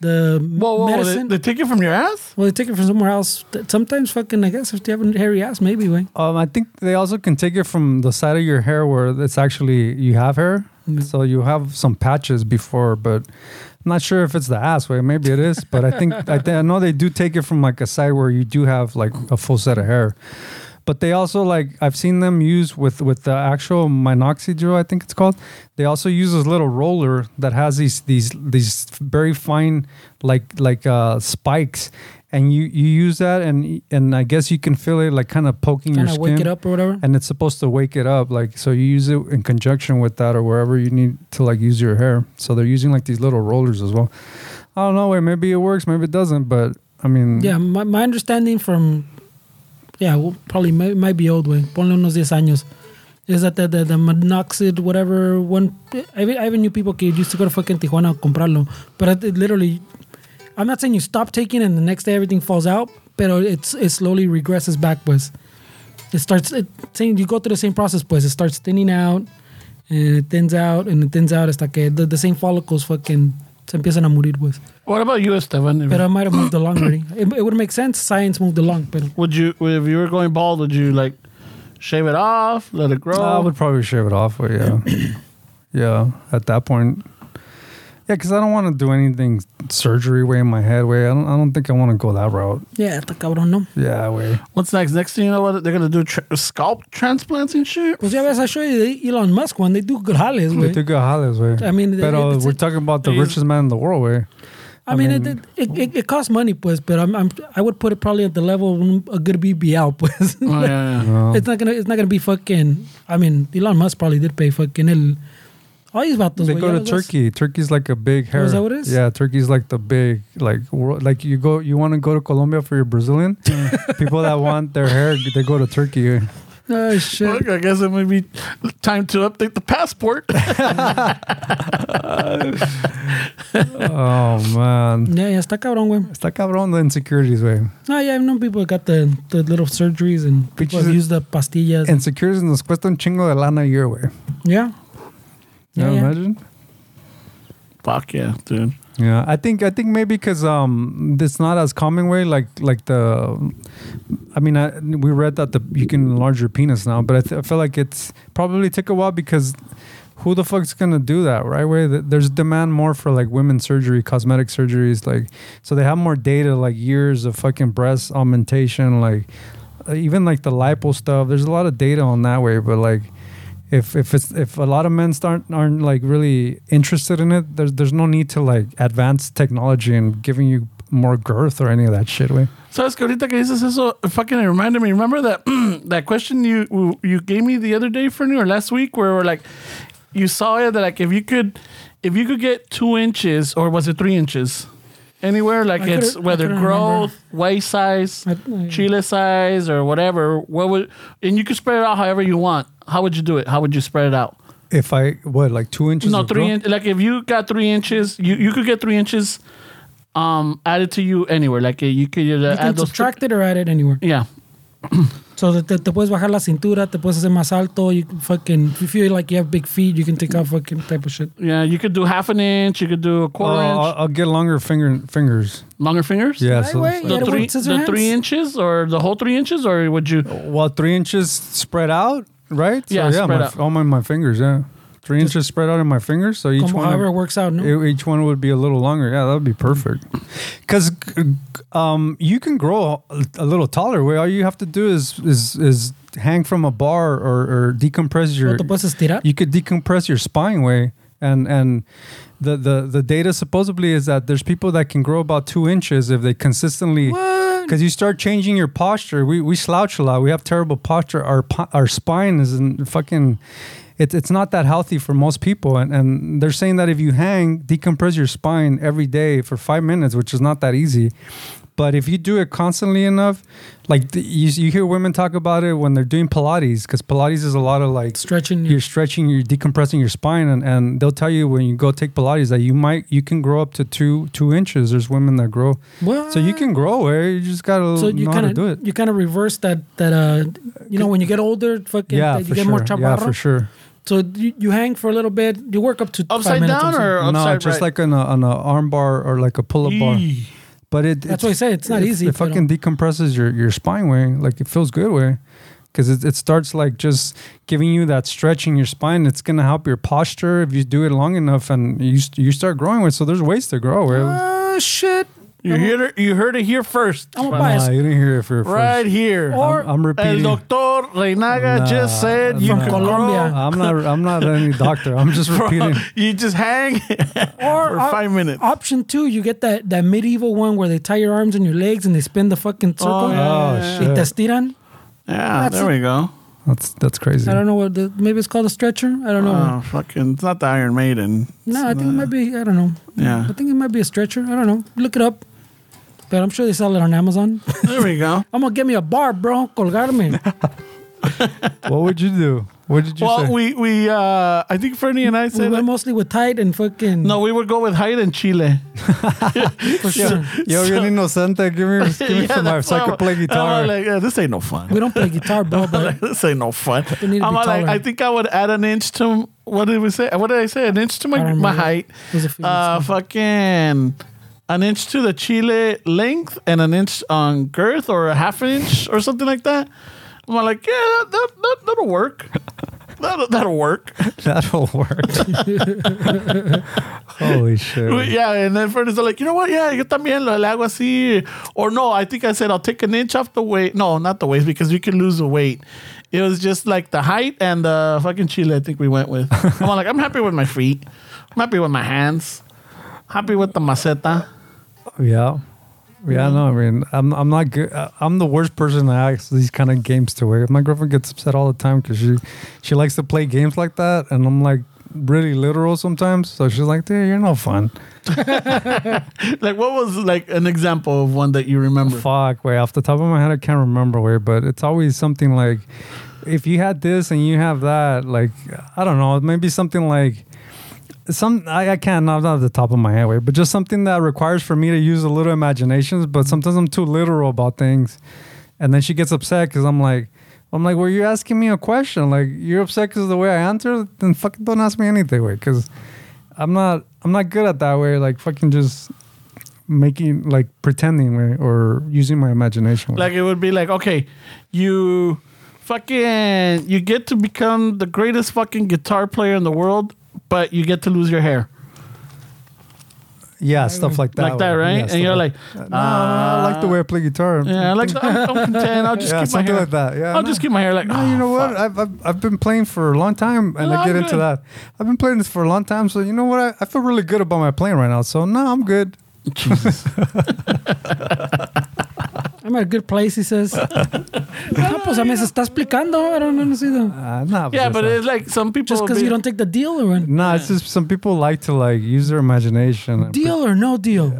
the
whoa, whoa, whoa. They,
medicine.
they take it from your ass?
Well, they take it from somewhere else. Th- Sometimes, fucking, I guess, if you have a hairy ass, maybe, way.
Um, I think they also can take it from the side of your hair where it's actually you have hair, so you have some patches before. But I'm not sure if it's the ass way. Maybe it is, but I think I, th- I know they do take it from like a side where you do have like a full set of hair. But they also like I've seen them use with with the actual minoxidil, I think it's called. They also use this little roller that has these these these very fine like like uh, spikes, and you you use that and and I guess you can feel it like kind of poking
Kind
your
of
skin
wake it up or whatever.
and it's supposed to wake it up like so you use it in conjunction with that or wherever you need to like use your hair so they're using like these little rollers as well i don't know wait maybe it works maybe it doesn't but i mean
yeah, my, my understanding from, yeah, well, probably may, might be old way. Ponle unos 10 años. Is that the, the, the monoxid, whatever one. I, even- I even knew people que used to go to fucking Tijuana a comprarlo. But it literally, I'm not saying you stop taking and the next day everything falls out, but it's, it slowly regresses back, pues. It starts, it, saying you go through the same process, pues. It starts thinning out, and it thins out, and it thins out hasta que the, the same follicles fucking se empiezan a morir, pues.
What about you, Esteban? If-
But I might have moved along already. It, it would make sense. Science moved along, but
would you, if you were going bald, would you like shave it off, let it grow?
i would probably shave it off but yeah yeah at that point yeah because i don't want to do anything surgery way in my head way i don't, I don't think i want to go that route
yeah, the cabrón no.
yeah way
What's next? Next thing you know, what they're gonna do tra- scalp transplants and shit.
Pues ya ves, I show you the Elon Musk one. They do grales,
they
güey.
took a holidays way
I mean,
but uh,
it's-
we're talking about the richest man in the world way
I mean,
I
it,
mean-
it, it, it costs money, pues. But I'm, I'm I would put it probably at the level of un- a good BBL, pues.
Oh, yeah, yeah.
Uh,
it's not gonna it's not gonna be fucking. I mean, Elon Musk probably did pay fucking el. All these vatos,
They
güey,
go
ya
to
ves.
Turkey. Turkey's like a big hair.
that what it Oh, is?
Yeah, Turkey's like the big like world, like you go you want to go to Colombia for your Brazilian. People that want their hair, they go to Turkey.
Oh shit!
Look, I guess it may be time to update the passport.
Oh man,
Yeah, yeah, está cabrón, güey.
está cabrón the insecurities way.
No, yeah, I've known people that got the, the little surgeries and people
Bitches-
have used the pastillas.
Insecurities nos cuesta un chingo de lana a year way.
yeah.
You
Yeah,
know,
yeah.
imagine.
Fuck yeah, dude.
Yeah, I think I think maybe because um, it's not as common way like like the, I mean I, we read that the you can enlarge your penis now, but I, th- I feel like it's probably took a while because who the fuck's gonna do that right? Where th- there's demand more for like women's surgery, cosmetic surgeries, like so they have more data like years of fucking breast augmentation, like uh, even like the lipo stuff. There's a lot of data on that way, but like if if it's if a lot of men start aren't like really interested in it, there's there's no need to like advance technology and giving you more girth or any of that shit. Way
Sabes que ahorita que dices eso, it fucking reminded me. Remember that that question you you gave me the other day for or last week, where we're like, you saw it that like if you could, if you could get two inches or was it three inches, anywhere like
I
it's
couldn't- I
whether
couldn't
growth, waist size,
I- I-
chile size, or whatever. What would and you could spread it out however you want. How would you do it? How would you spread it out?
if I what like two inches?
No,
of
three
growth?
inch. Like if you got three inches, you, you could get three inches, um, added to you anywhere. Like uh, you could uh,
You
add
can
those.
subtract it or add it anywhere.
yeah,
So that te, te puedes bajar la cintura, te puedes hacer más alto. You can fucking, if you feel like you have big feet, you can take out fucking type of shit.
yeah. You could do half an inch. You could do a
Oh,
quarter
I'll,
inch.
I'll get longer finger fingers.
Longer fingers.
Yeah,
Right
so
way,
The
Yeah,
three,
with scissor
the three
hands.
inches or the whole three inches, or would you?
well, three inches spread out, right?
Yeah,
so, yeah,
spread
my,
out.
all my my fingers, yeah. Three inches spread out in my fingers, so each
Como
one
however it works out, no?
E- Each one would be a little longer. Yeah, that would be perfect. Because um, you can grow a- a little taller. Where all you have to do is is is hang from a bar or, or decompress
No
your.
te puedes estirar.
You could decompress your spine way, and and the the the data supposedly is that there's people that can grow about two inches if they consistently. Because you start changing your posture, we, we slouch a lot. We have terrible posture. Our po- our spine is in fucking. It, it's not that healthy for most people, and, and they're saying that if you hang, decompress your spine every day for five minutes, which is not that easy. But if you do it constantly enough, like the, you, you hear women talk about it when they're doing Pilates, because Pilates is a lot of like
Stretching your-
You're stretching, you're decompressing your spine, and, and they'll tell you when you go take Pilates that you might you can grow up to two two inches. There's women that grow,
What?
so you can grow eh? You just gotta
So you
know how
kind
to
of
do it.
you kind of reverse that that uh you know when you get older fucking
yeah,
you
for
get
sure.
more
yeah,
chaparro
for sure.
so you, you hang for a little bit you work up to five
Upside
minutes,
down
I'm saying.
or
no,
upside
just
right?
like on a on a arm bar or like a pull up bar.
Eee.
But it
That's why I say it's not
it-
easy,
It
but, uh,
fucking decompresses your your spine way. Like it feels good way. Because it, it starts like just giving you that stretch in your spine. It's gonna help your posture if you do it long enough, and you st- you start growing with. So there's ways to grow. Where
oh shit
You hear it, you heard it here first.
I'm gonna buy
Nah,
it.
you didn't hear it for
Right here.
Or-
I'm repeating.
El doctor Reinaga
Nah,
just said you
from
can
Colombia.
I'm not. I'm not any doctor. I'm just
grow.
repeating.
You just hang.
Or
For
op-
five minutes.
Option two, you get that, that medieval one where they tie your arms and your legs and they spin the fucking circle.
Oh,
yeah. Oh,
Y te
shit.
estiran.
yeah,
That's
there we go.
That's that's crazy.
I don't know what the maybe it's called a stretcher. I don't know.
Oh, fucking, it's not the Iron Maiden.
Hmm. no, I think it might be. I don't know.
Yeah.
I think it might be a stretcher. I don't know. Look it up. But I'm sure they sell it on Amazon.
There we go.
I'm gonna get me a bar, bro. Colgarme.
What would you do? What did you
Well,
say?
we we uh, I think Fernie and I
we
said
went mostly with tight and fucking.
no. We would go with Hyde and Chile.
for sure.
Yo,
so-
bien inocente. Give me, give me
Yeah,
some life
that's
so I
why
can play
I'm- I'm
guitar.
like, yeah, this ain't no fun.
We don't play guitar, bro. But
this ain't no fun.
We need to
I'm
be
like,
taller.
I think I would add an inch to what did we say? What did I say? An inch to
I
my
don't
my
remember.
height.
It was a few
Uh,
weeks
fucking an inch to the Chile length and an inch on girth or a half an inch or something like that. I'm like, yeah, that, that, that that'll work. That'll, that'll work.
That'll work. Holy shit.
We- Yeah, and then Fernand's like, you know what? Yeah, yo también lo le hago así. Or no, I think I said I'll take an inch off the weight. No, not the waist because you can lose the weight. It was just like the height and the fucking chile. I think we went with. I'm like, I'm happy with my feet. I'm happy with my hands. Happy with the maceta.
Yeah. Yeah, no, I mean, I'm I'm not good. I- I'm the worst person to ask these kind of games to. Where my girlfriend gets upset all the time because she she likes to play games like that, and I'm like really literal sometimes. So she's like, "Dude, you're no fun."
Like, what was like an example of one that you remember?
Fuck, way off the top of my head, I can't remember where, but it's always something like, if you had this and you have that, like I don't know, maybe something like. Some I, I can't not off the top of my head, wait, but just something that requires for me to use a little imaginations. But sometimes I'm too literal about things, and then she gets upset because I'm like, I'm like, were you asking me a question? Like you're upset because of the way I answered? Then fucking don't ask me anything, wait, because I'm not I'm not good at that way. Like fucking just making like pretending way or using my imagination. way.
Like it would be like, okay, you fucking you get to become the greatest fucking guitar player in the world, but you get to lose your hair.
yeah, stuff like that.
like that,
way.
right?
Yeah,
and
stuff
you're like,
No, no, I like the way I play guitar.
yeah, I like that. I'm, I'm content. I'll just
Yeah,
keep my
something
hair
like that. Yeah,
I'll
no.
just keep my hair like. "Ah,
No, you know what? I've, I've I've been playing for a long time, and
No,
I get
I'm
into
good.
that. I've been playing this for a long time, so you know what? I, I feel really good about my playing right now. So no, I'm good.
Jesus.
I'm at a good place. He says. no, pues a mí se está explicando. I don't understand.
Uh, nah,
yeah,
just,
but
uh,
it's like some people.
Just because
be-
you don't take the deal or what?
nah, it's just some people like to like use their imagination. and
Deal or no deal.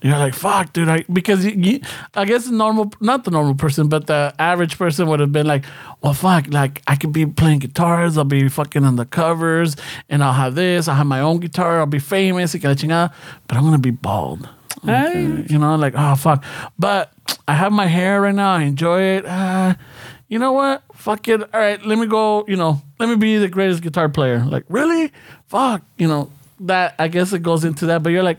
You're like, fuck, dude. I, because you, you, I guess the normal, not the normal person, but the average person would have been like, well, fuck, like I could be playing guitars, I'll be fucking on the covers, and I'll have this, I'll have my own guitar, I'll be famous, y que la chingada, but I'm gonna be bald.
Ay.
You know, like, oh, fuck. But I have my hair right now, I enjoy it. Uh, you know what? Fuck it. All right, let me go, you know, let me be the greatest guitar player. Like, really? Fuck. You know, that, I guess it goes into that, but you're like,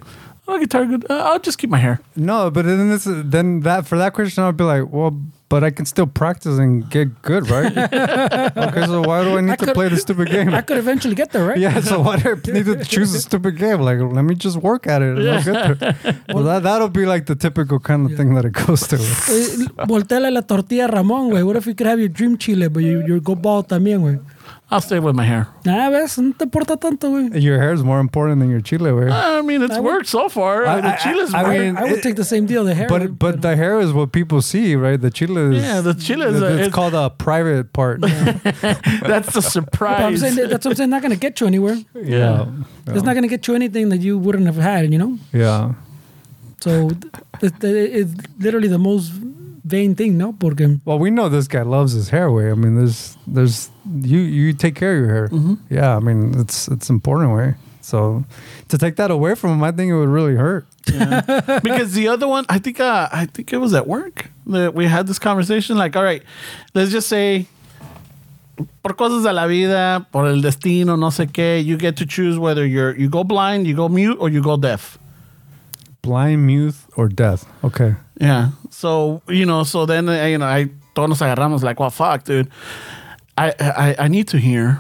Oh, guitar good. Uh, I'll just keep my hair.
No, but then this then that for that question I'd be like, well, but I can still practice and get good, right? okay, so why do I need
I
to
could-
play the stupid
I
game?
could eventually get there, right?
Yeah, so why do I need to choose a stupid game? Like, let me just work at it. And I'll get there. Well, that that'll be like the typical kind of thing that it goes to.
Eh, Volteale la tortilla a Ramón, güey. What if you could have your dream chile, but you, you go bald también, güey?
I'll stay with my hair.
Ah, ves, no te importa tanto, güey.
Your hair is more important than your chile, way.
I mean, it's
I would-
worked so far.
I-
the
I-
chile's
I
worked.
mean-
I would
it-
take the same deal, the hair.
But but the hair is what people see, right? The chile is
yeah, the chile is
it's,
a, it's,
called a private part.
that's the
But I'm
surprise.
saying that- that's what I'm saying. Not gonna get you anywhere.
yeah,
It's not gonna get you anything that you wouldn't have had, you know.
yeah.
So th- th- it's literally the most vain thing, no? Porque
Well, we know this guy loves his hair. Way, I mean, there's, there's, you, you take care of your hair.
Mm-hmm.
Yeah, I mean, it's, it's important. Way, so to take that away from him, I think it would really hurt.
because the other one, I think, uh, I think it was at work that we had this conversation. Like, all right, let's just say, por cosas de la vida, por el destino, no sé qué, you get to choose whether you're you go blind, you go mute, or you go deaf.
Blind, mute, or death. Okay.
Yeah. So you know, so then uh, you know, I todos nos agarramos like, well, fuck, dude. I I, I need to hear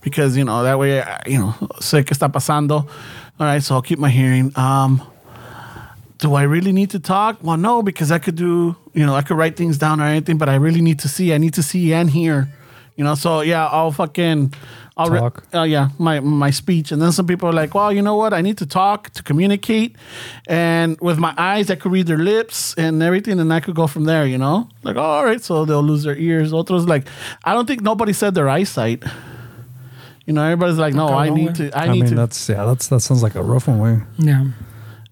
because you know that way I, you know sé que está pasando. All right, so I'll keep my hearing. Um, do I really need to talk? Well, no, because I could do, you know, I could write things down or anything, but I really need to see. I need to see and hear, you know. So yeah, I'll fucking, I'll re-
Talk.
uh, yeah, my my speech. And then some people are like, well, you know what? I need to talk to communicate, and with my eyes, I could read their lips and everything, and I could go from there, you know. Like, oh, all right, so they'll lose their ears. Otros like, I don't think nobody said their eyesight. You know, everybody's like, no, I need to, I,
I,
need
mean,
to,
that's yeah, that's that sounds like a rough one. Way.
Yeah.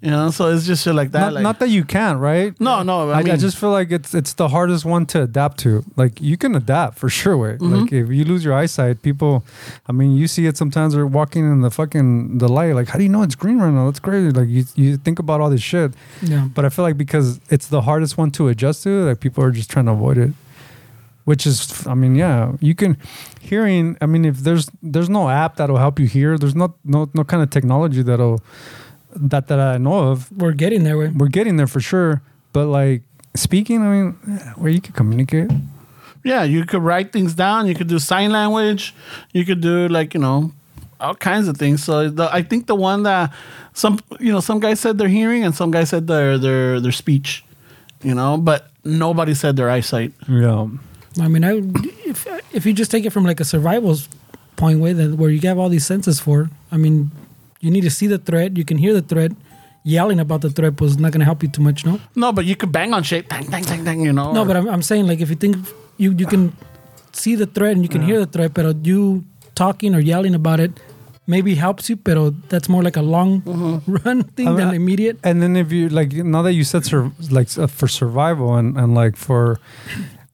you know. So it's just shit like that.
Not,
like,
not that you can't, right?
no, no,
I,
I, mean,
I just feel like it's it's the hardest one to adapt to. Like you can adapt for sure. Way.
Mm-hmm.
Like if you lose your eyesight, people, I mean, you see it sometimes. They're walking in the fucking the light. Like how do you know it's green right now? That's crazy. Like you you think about all this shit.
Yeah.
But I feel like because it's the hardest one to adjust to, like people are just trying to avoid it. Which is, I mean, yeah, you can hearing. I mean, if there's there's no app that'll help you hear. There's not no no kind of technology that'll that that I know of
We're getting there. Way.
we're getting there for sure. But like speaking, I mean, eh, where you can communicate.
Yeah, you could write things down. You could do sign language. You could do like you know, all kinds of things. So the, I think the one that some you know some guys said their hearing and some guys said their their their speech, you know, but nobody said their eyesight.
Yeah.
I mean, I if if you just take it from like a survival point way, then where you have all these senses for. I mean, you need to see the threat. You can hear the threat. Yelling about the threat was not going to help you too much, no.
No, but you could bang on shit, bang bang bang bang. You know.
No, but I'm, I'm saying like if you think you you can see the threat and you can hear the threat, but you talking or yelling about it maybe helps you, but that's more like a long run thing
I mean,
than
I-
immediate.
And then if you like, now that you said sur- like uh, for survival and and like for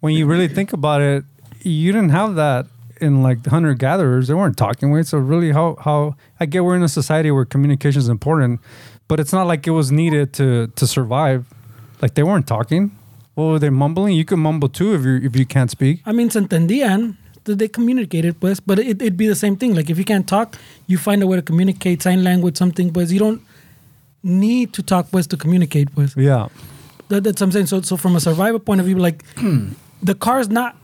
when you really think about it, you didn't have that in like hunter gatherers. They weren't talking way. So really, how how I get we're in a society where communication is important, but it's not like it was needed to to survive. Like they weren't talking. Well, were they mumbling? You can mumble too if you if you can't speak.
I mean, se entendían. that They communicated, pues, but it, it'd be the same thing. Like, if you can't talk, you find a way to communicate, sign language, something, pues. You don't need to talk, pues, to communicate, pues.
Yeah.
That, that's what I'm saying. So, so from a survival point of view, like the car's not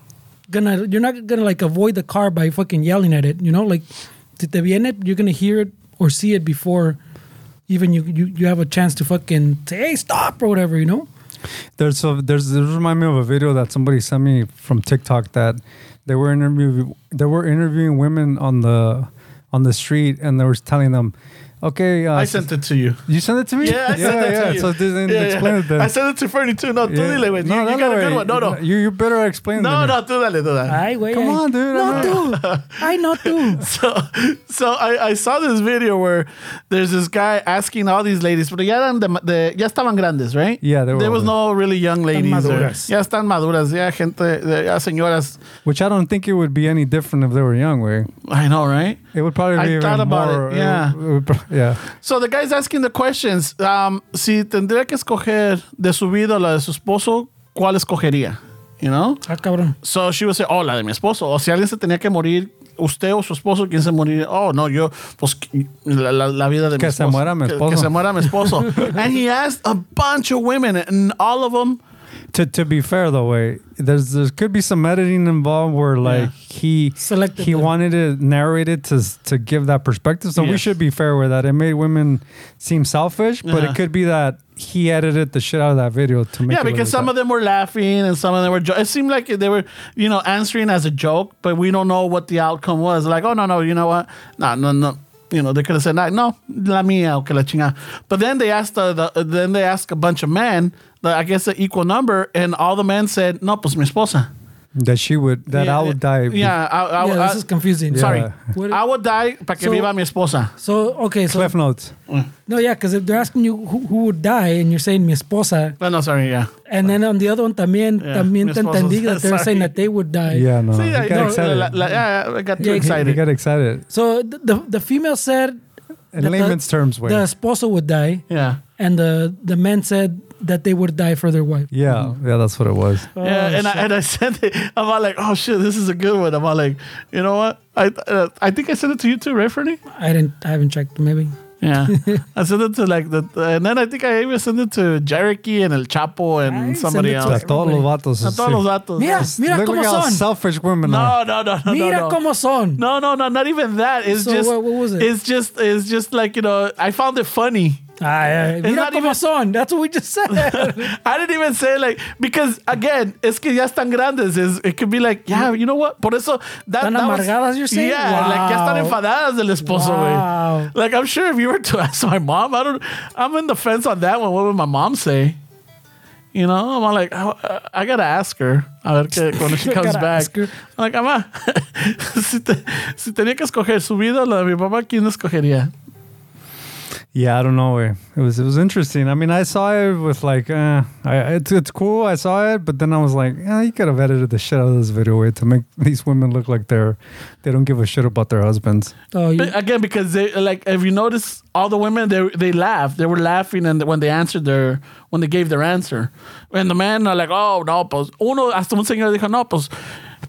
gonna, you're not gonna like avoid the car by fucking yelling at it. You know, like si te viene, you're gonna hear it or see it before even you you, you have a chance to fucking say, hey, stop or whatever. You know,
There's a there's this remind me of a video that somebody sent me from TikTok that they were interviewing they were interviewing women on the on the street and they were telling them, okay, uh,
I sent it to you.
You sent it to me.
Yeah, I sent it to you.
So they didn't
Yeah, yeah.
explain it then.
I sent it to Fernie too. No, tú
Yeah.
dile, güey. you, you
that
got a
way.
good one. No, no. Ah,
You you better explain.
No,
than me.
no, tú dale, tú dale.
ay, güey,
Come
ay.
on, dude.
no
I
tú, ay, no tú.
so so I, I saw this video where there's this guy asking all these ladies, pero ya eran de, de ya estaban grandes, right?
Yeah, they were
there was no really young ladies. or-
maduras.
ya están maduras, ya gente, ya señoras.
Which I don't think it would be any different if they were young. Way
I know, right?
it would probably
I
be even
thought about it,
more. would-
yeah.
would pro- yeah.
So the guy's asking the questions. Um, si tendría que escoger de su vida o la de su esposo, ¿cuál escogería? You know?
Ah, cabrón.
So she would say, oh, la de mi esposo. O si alguien se tenía que morir, usted o su esposo, ¿quién se moriría? Oh, no, yo, pues que- la, la- la vida de mi
Que se
esposo.
muera mi
Que- Que,
esposo.
se muera mi esposo. and he asked a bunch of women, and all of them,
To to be fair though, wait, there's there could be some editing involved where like he
Selected
he
them.
wanted it narrated to s- to give that perspective. So we
Yes.
should be fair with that. It made women seem selfish, but
Uh-huh.
it could be that he edited the shit out of that video to make.
yeah, because some of them were laughing and some of them were, jo- it seemed like they were, you know, answering as a joke, but we don't know what the outcome was. Like, oh, no, no, you know what? No, no, no. You know, they could have said, like, no, la mía, o que la chingada. But then they asked, uh, the, then they asked a bunch of men, the, I guess an equal number, and all the men said, no, pues mi esposa.
them that she would that I would die. be-
Yeah, I, I,
Yeah,
I,
this is confusing.
Sorry.
Yeah.
What-
I would die para que
So-
viva mi esposa.
So okay, so
Cliff notes.
no, yeah, because if they're asking you who, who would die, and you're saying mi esposa,
No, no, sorry, yeah.
and then on the other one también
Yeah,
también
mi
te
esposa.
entendí that they're
Sorry.
saying that they would die.
Yeah, no.
See,
he
I,
got
no,
excited.
la- la- yeah, I got too
Yeah, he-
He
excited.
got excited.
So the the, the female said
In
that the-
layman's terms, way.
the esposo would die,
yeah.
and the the men said that they would die for their wife.
yeah,
Mm-hmm.
yeah, that's what it was.
Oh,
yeah, and I,
shit.
and I sent it. I'm all like, oh shit, this is a good one. I'm all like, you know what? I uh, I think I sent it to you too, right, Fernie?
I didn't. I haven't checked. Maybe.
Yeah, I sent it to like the, and then I think I even sent it to Jericho and El Chapo
I
and
didn't
somebody
send it to
else.
A todos los vatos.
A todos los datos.
Mira, mira
Look
cómo
at how
son.
selfish women are.
No, no, no, no, no,
mira
no.
cómo son.
No, no, no, not even that. It's
So
just
what- what was it?
It's just it's just like, you know, I found it funny.
Ay, ay, Ah, mira
not
cómo
even-
son. That's what we just said.
I didn't even say like because again, es que ya están grandes. Is it could be like, yeah, you know what? Por eso that,
Están
that was-
amargadas, you're saying?
Yeah, like ya están
Wow.
enfadadas del esposo, güey.
Wow.
Like I'm sure if you were to ask my mom, I don't. I'm in the fence on that one. What would my mom say? You know, I'm like, I, I gotta ask her. A ver que cuando she
I
comes
gotta
back.
ask her.
I'm like, mamá, si, te- si tenía que escoger su vida o la de mi papá, ¿quién escogería?
Yeah, I don't know. eh. It was it was interesting. I mean, I saw it with like, uh, I, it's it's cool. I saw it, but then I was like, yeah, you could have edited the shit out of this video eh, to make these women look like they're they don't give a shit about their husbands.
oh, you,
But again, because they like, if you notice, all the women they they laughed. They were laughing, and when they answered their when they gave their answer, and the men are like, oh no, pues uno hasta un señor dijo no, pues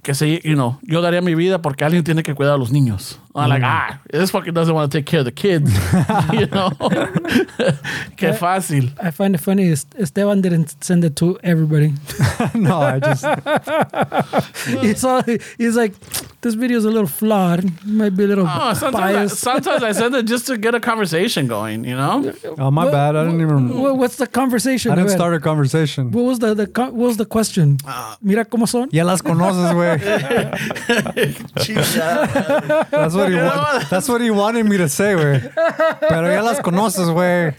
que se, you know, yo daría mi vida porque alguien tiene que cuidar a los niños. I'm like, ah, this fucking doesn't want to take care of the kids, you know. Qué fácil.
I find it funny. is Esteban didn't send it to everybody.
no, I just
he's, all, he's like, this video's a little flawed. Might be a little
Oh, sometimes I,
biased.
sometimes I send it just to get a conversation going, you know.
oh my
What-
bad. I didn't even
What- what's the conversation?
I didn't
Go ahead.
start a conversation.
What was the, the co- what was the question?
Uh,
Mira cómo son.
Yeah, las conoces, way. That's what he wa- That's what he wanted me to say, way. Pero ya las conoces, way.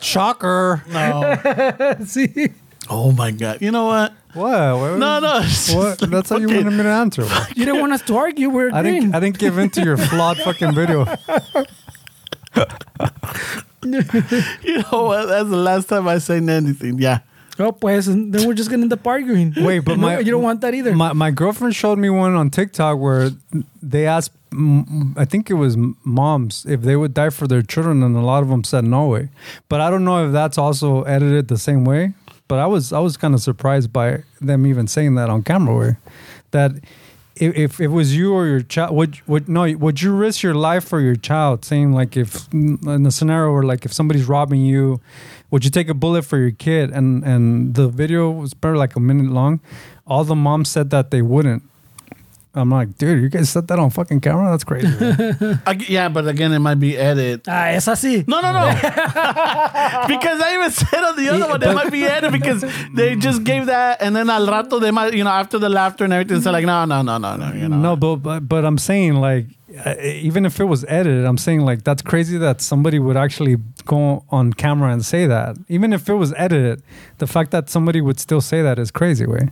Shocker.
Sí.
Oh my god, you know what?
What? What-
No, no. it's just
What?
like,
That's how you
okay.
wanted me to answer. wey.
You didn't want us to argue. We're
I
agreeing.
didn't. I didn't give in to your flawed fucking video.
You know what? That's the last time I say anything. Yeah.
Oh, pues, and then we're just gonna end up arguing.
Wait, but
you
my-
you don't want that either.
My my girlfriend showed me one on TikTok where they asked, mm, I think it was moms, if they would die for their children, and a lot of them said no way. But I don't know if that's also edited the same way. But I was I was kind of surprised by them even saying that on camera, way that. If, if it was you or your child, would would no? Would you risk your life for your child? Saying like if in the scenario where like if somebody's robbing you, would you take a bullet for your kid? And and the video was probably like a minute long. All the moms said that they wouldn't. I'm like, dude, you guys said that on fucking camera? That's crazy. man."
Ag- yeah, but again, it might be edit.
ah, es así.
No, no, no. because I even said on the other one, it might be edit because they just gave that, and then al rato they might, you know, after the laughter and everything, so like, no, no, no, no, no, you know.
no, but, but but I'm saying like, uh, even if it was edited, I'm saying like that's crazy that somebody would actually go on camera and say that. Even if it was edited, the fact that somebody would still say that is crazy, way.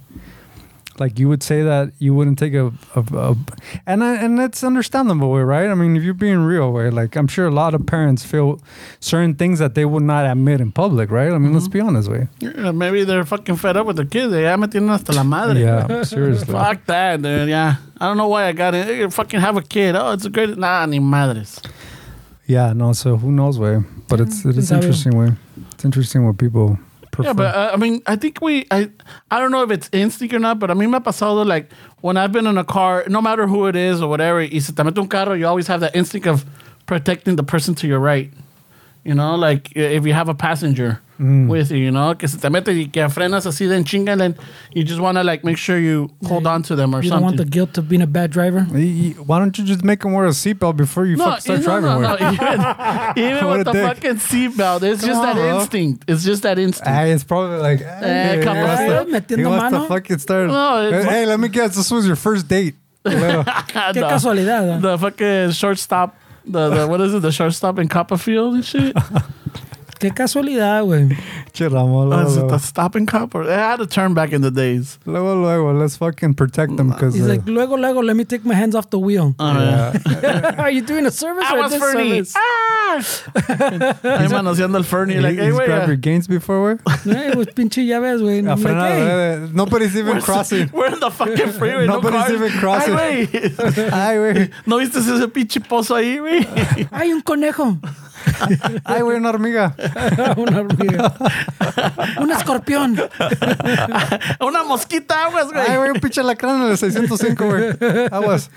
Like you would say that you wouldn't take a, a, a and I, and that's understandable, way, right? I mean, if you're being real, way, like I'm sure a lot of parents feel certain things that they would not admit in public, right? I mean, let's be honest, way.
Yeah, Maybe they're fucking fed up with their kids. They ya me tienen hasta la madre.
Yeah, seriously.
Fuck that, dude. Yeah. I don't know why I got it. Hey, fucking have a kid. Oh, it's a great. Nah, ni madres.
Yeah, no. So who knows, way? But it's it is
Sabe.
interesting, way. It's interesting what people prefer.
Yeah, but uh, I mean, I think we, I, I don't know if it's instinct or not, but I mean, me ha pasado like when I've been in a car, no matter who it is or whatever, y se te mete un carro, you always have that instinct of protecting the person to your right. You know, like i- if you have a passenger
Mm.
with you, you know, que se te mete y que frenas así de en chinga, and then you just want to like make sure you hold on to them or
You don't want
something.
the guilt of being a bad driver.
Y- y- Why don't you just make them wear a seatbelt before you fucking start driving?
no,
with?
no, even, even
What
with
a
the
dick.
fucking seatbelt, it's just
Come
that
on, bro.
instinct. It's just that instinct.
Hey, it's probably like, hey,
Eh, come
he
on.
wants to-
Metiendo
he wants
mano.
to fucking start.
No, it's-
hey, let me guess, this was your first date. Little-
Qué
No.
casualidad. ah.
the fucking shortstop. The, the what is it? The shortstop in Copperfield and shit.
Qué casualidad, güey.
Che, Ramon,
Or Oh, is it the
luego,
stopping cop? Or, I had a turn back in the days.
luego, luego, let's fucking protect uh, them because.
He's like, "Ah, luego, luego, let me take my hands off the wheel.
Ah.
Are you doing a service
I
or a
was Ah! Fernie.
disservice?
Ah! Ahí manoseando el Fernie, like, hey,
he's
wait, uh,
grabbed your gains before, güey?
Eh, pues pinche llaves, güey.
A
I'm like,
frenada,
hey.
eh, Nobody's even crossing.
uh, We're in the fucking freeway.
Nobody's
no cars.
even crossing.
Ay, güey.
Ay, güey.
¿No viste ese pinche pozo ahí, güey?
Hay un conejo. Ah,
Ay, güey, una hormiga.
Una hormiga. un escorpión.
Una mosquita, aguas,
Ay,
güey.
güey, un pinche lacrán en el 605, güey. Aguas.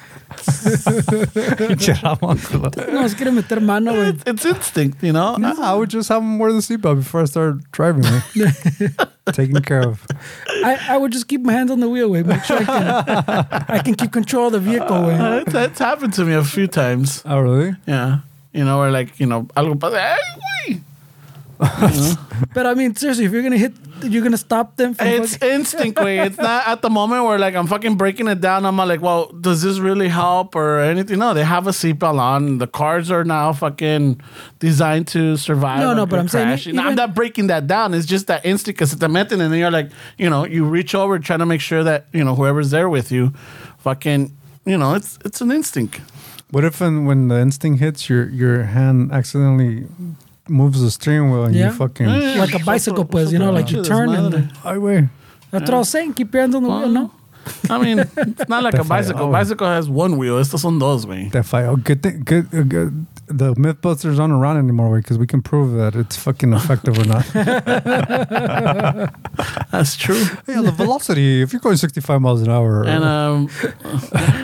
Pinche Ramón, culo.
No, nos quiere meter mano, güey.
It's, it's instinct, you know?
No, I would just have him wear the seatbelt before I start driving. Taking Taken care of.
I, I would just keep my hands on the wheel, güey. Make sure I can, I can keep control of the vehicle, güey.
Ah.
Uh, That's, that's happened to me a few times.
Oh, really?
Yeah. You know, or like, you know, algo pasa. ¡Ay, güey!
But I mean, seriously, if you're gonna hit, you're gonna stop them. From
It's
fucking-
instinct, way. It's not at the moment where like I'm fucking breaking it down. I'm like, well, does this really help or anything? No, they have a seatbelt on. The cars are now fucking designed to survive.
No, no, but
a
I'm saying
crash.
e-
No, I'm
even-
not breaking that down. It's just that instinct because it's a method, and then you're like, you know, you reach over trying to make sure that you know whoever's there with you, fucking, you know, it's it's an instinct.
What if when, when the instinct hits your your hand accidentally moves the steering wheel and
Yeah.
you fucking
Eh,
Like a bicycle, pues, you know, like you turn and-
highway?
that's what I was saying. Keep your hands on the wheel. No,
I mean, it's not like a
That's like,
bicycle.
oh.
Bicycle has one wheel. Estos son dos, güey.
That fight. Oh, good thing. Good. uh, good. The MythBusters aren't around anymore because we can prove that it's fucking effective or not.
That's true.
yeah, the velocity. If you're going 65 miles an hour,
And um,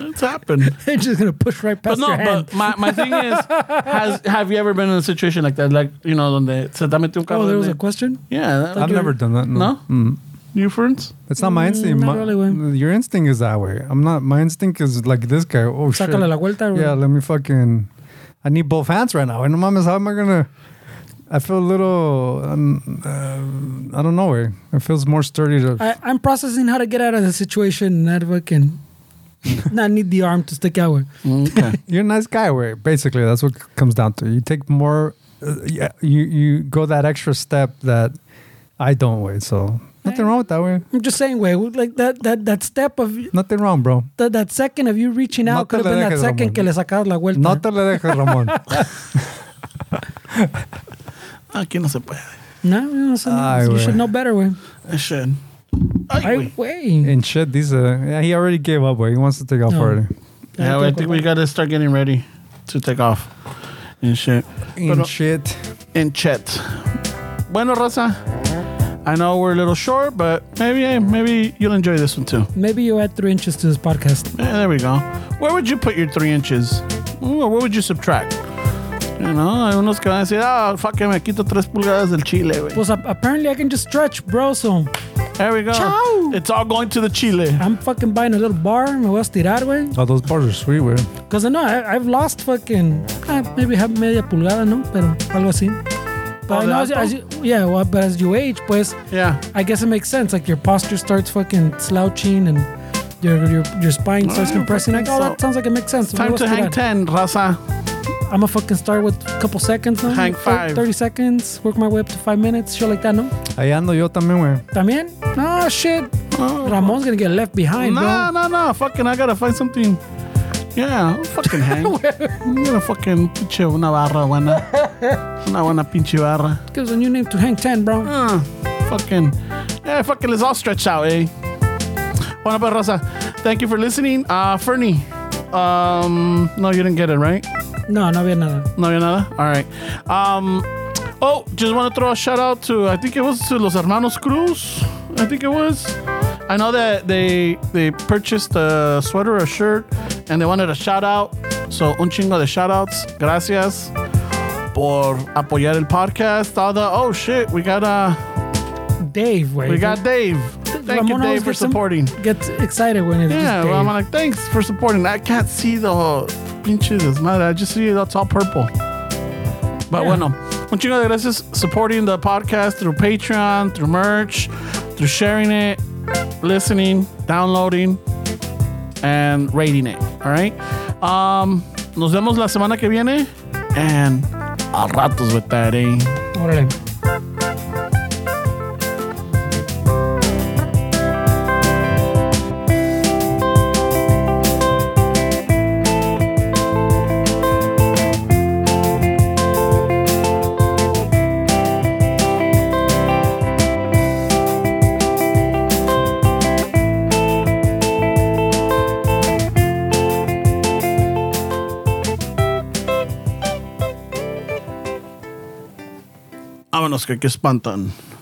it's happened.
they're just gonna push right
But
past
no,
your hand.
but my, my thing is, has have you ever been in a situation like that? Like, you know, donde se te mete un carro.
oh, there was a
donde-
question.
Yeah.
I've
That,
Like-
never done that.
no?
Mm.
You friends?
It's not my instinct.
Mm, not
my,
really, güey.
Your instinct is that way. I'm not. My instinct is like this guy. Oh shit.
Sácale la vuelta. güey.
Yeah, let me fucking. I need both hands right now. And mames, how am I gonna? I feel a little. Um, uh, I don't know. Way. It feels more sturdy to.
I, I'm processing how to get out of the situation and not fucking not need the arm to stick out. güey.
Okay.
you're a nice guy. Way. Basically, that's what it comes down to. You take more. Uh, yeah, you you go that extra step that I don't. Way. So nothing wrong with that. Way.
I'm just saying, way like that that that step of
Nothing wrong, bro.
that, that second of you reaching
No
out
te
could have
le
been that
dejes,
second
Ramon.
que le sacabas la vuelta.
No te le dejes, Ramon.
Aquí no se puede.
no, no, no,
Ay,
you
güey.
should know better, way.
I should. Ay,
Ay,
güey. Eh,
way.
and shit, these. Uh, yeah, he already gave up. Way. He wants to take off
No.
already.
Yeah, I think we got to start getting ready to take off and shit.
And
Pero-
shit.
in chat. Bueno, Rosa. I know we're a little short, but maybe eh, maybe you'll enjoy this one too.
Maybe you add three inches to this podcast.
Yeah, Eh, there we go. Where would you put your three inches? Ooh, what would you subtract? You know, hay unos que van a decir, ah, fuck it, me quito tres pulgadas del chile, güey.
Pues ap- apparently I can just stretch, bro. So
There we go.
Chao.
It's all going to the chile.
I'm fucking buying a little bar. Me voy a estirar, way.
Ah.
Oh, those bars are sweet. Way.
Cause I know I, I've lost fucking ah, maybe have media pulgada, no, pero algo así.
Oh,
But I
de
know as, you-
alto?
as you, yeah, well, but as you age, pues,
Yeah.
I guess it makes sense. Like your posture starts fucking slouching and your your, your spine starts
Yeah,
compressing. Like,
fucking
oh,
so-
that sounds like it makes sense.
Time to hang 10, Raza.
I'm gonna fucking start with a couple seconds. No?
Hang
Thir-
five.
Thirty seconds. Work my way up to five minutes. Shit like that. No.
Ahí ando yo también, güey.
También. No shit. Ramon's gonna get left behind,
No, no, no. Fucking, I gotta find something. Yeah, I'll fucking hang. I'm gonna fucking pinche una barra buena. Una buena pinche barra.
bro. Gives a new name to hang ten, bro.
Uh, fucking, yeah, fucking, let's all stretch out, eh? Bueno, pues, Rosa, thank you for listening. Uh, Fernie, um, no, you didn't get it, right?
No, no había nada.
No, you're not? All right. Um, oh, just want to throw a shout out to, I think it was to Los Hermanos Cruz. I think it was. I know that they they purchased a sweater, a shirt, and they wanted a shout out. So, un chingo de shout outs. Gracias por apoyar el podcast. All the, oh shit, we got Uh,
Dave, wait.
we got Dave. Thank you,
Ramon always
Dave, for
gets some-
supporting.
Gets excited when it's
Yeah,
just
well, I'm
Dave.
like, thanks for supporting. I can't see the pinches desmadre. I just see that's all purple. But
Yeah.
bueno, un chingo de gracias supporting the podcast through Patreon, through merch, through sharing it, listening, downloading, and rating it. All right. Um, nos vemos la semana que viene. And a ratos with that, eh?
Órale.
Vámonos, que que espantan.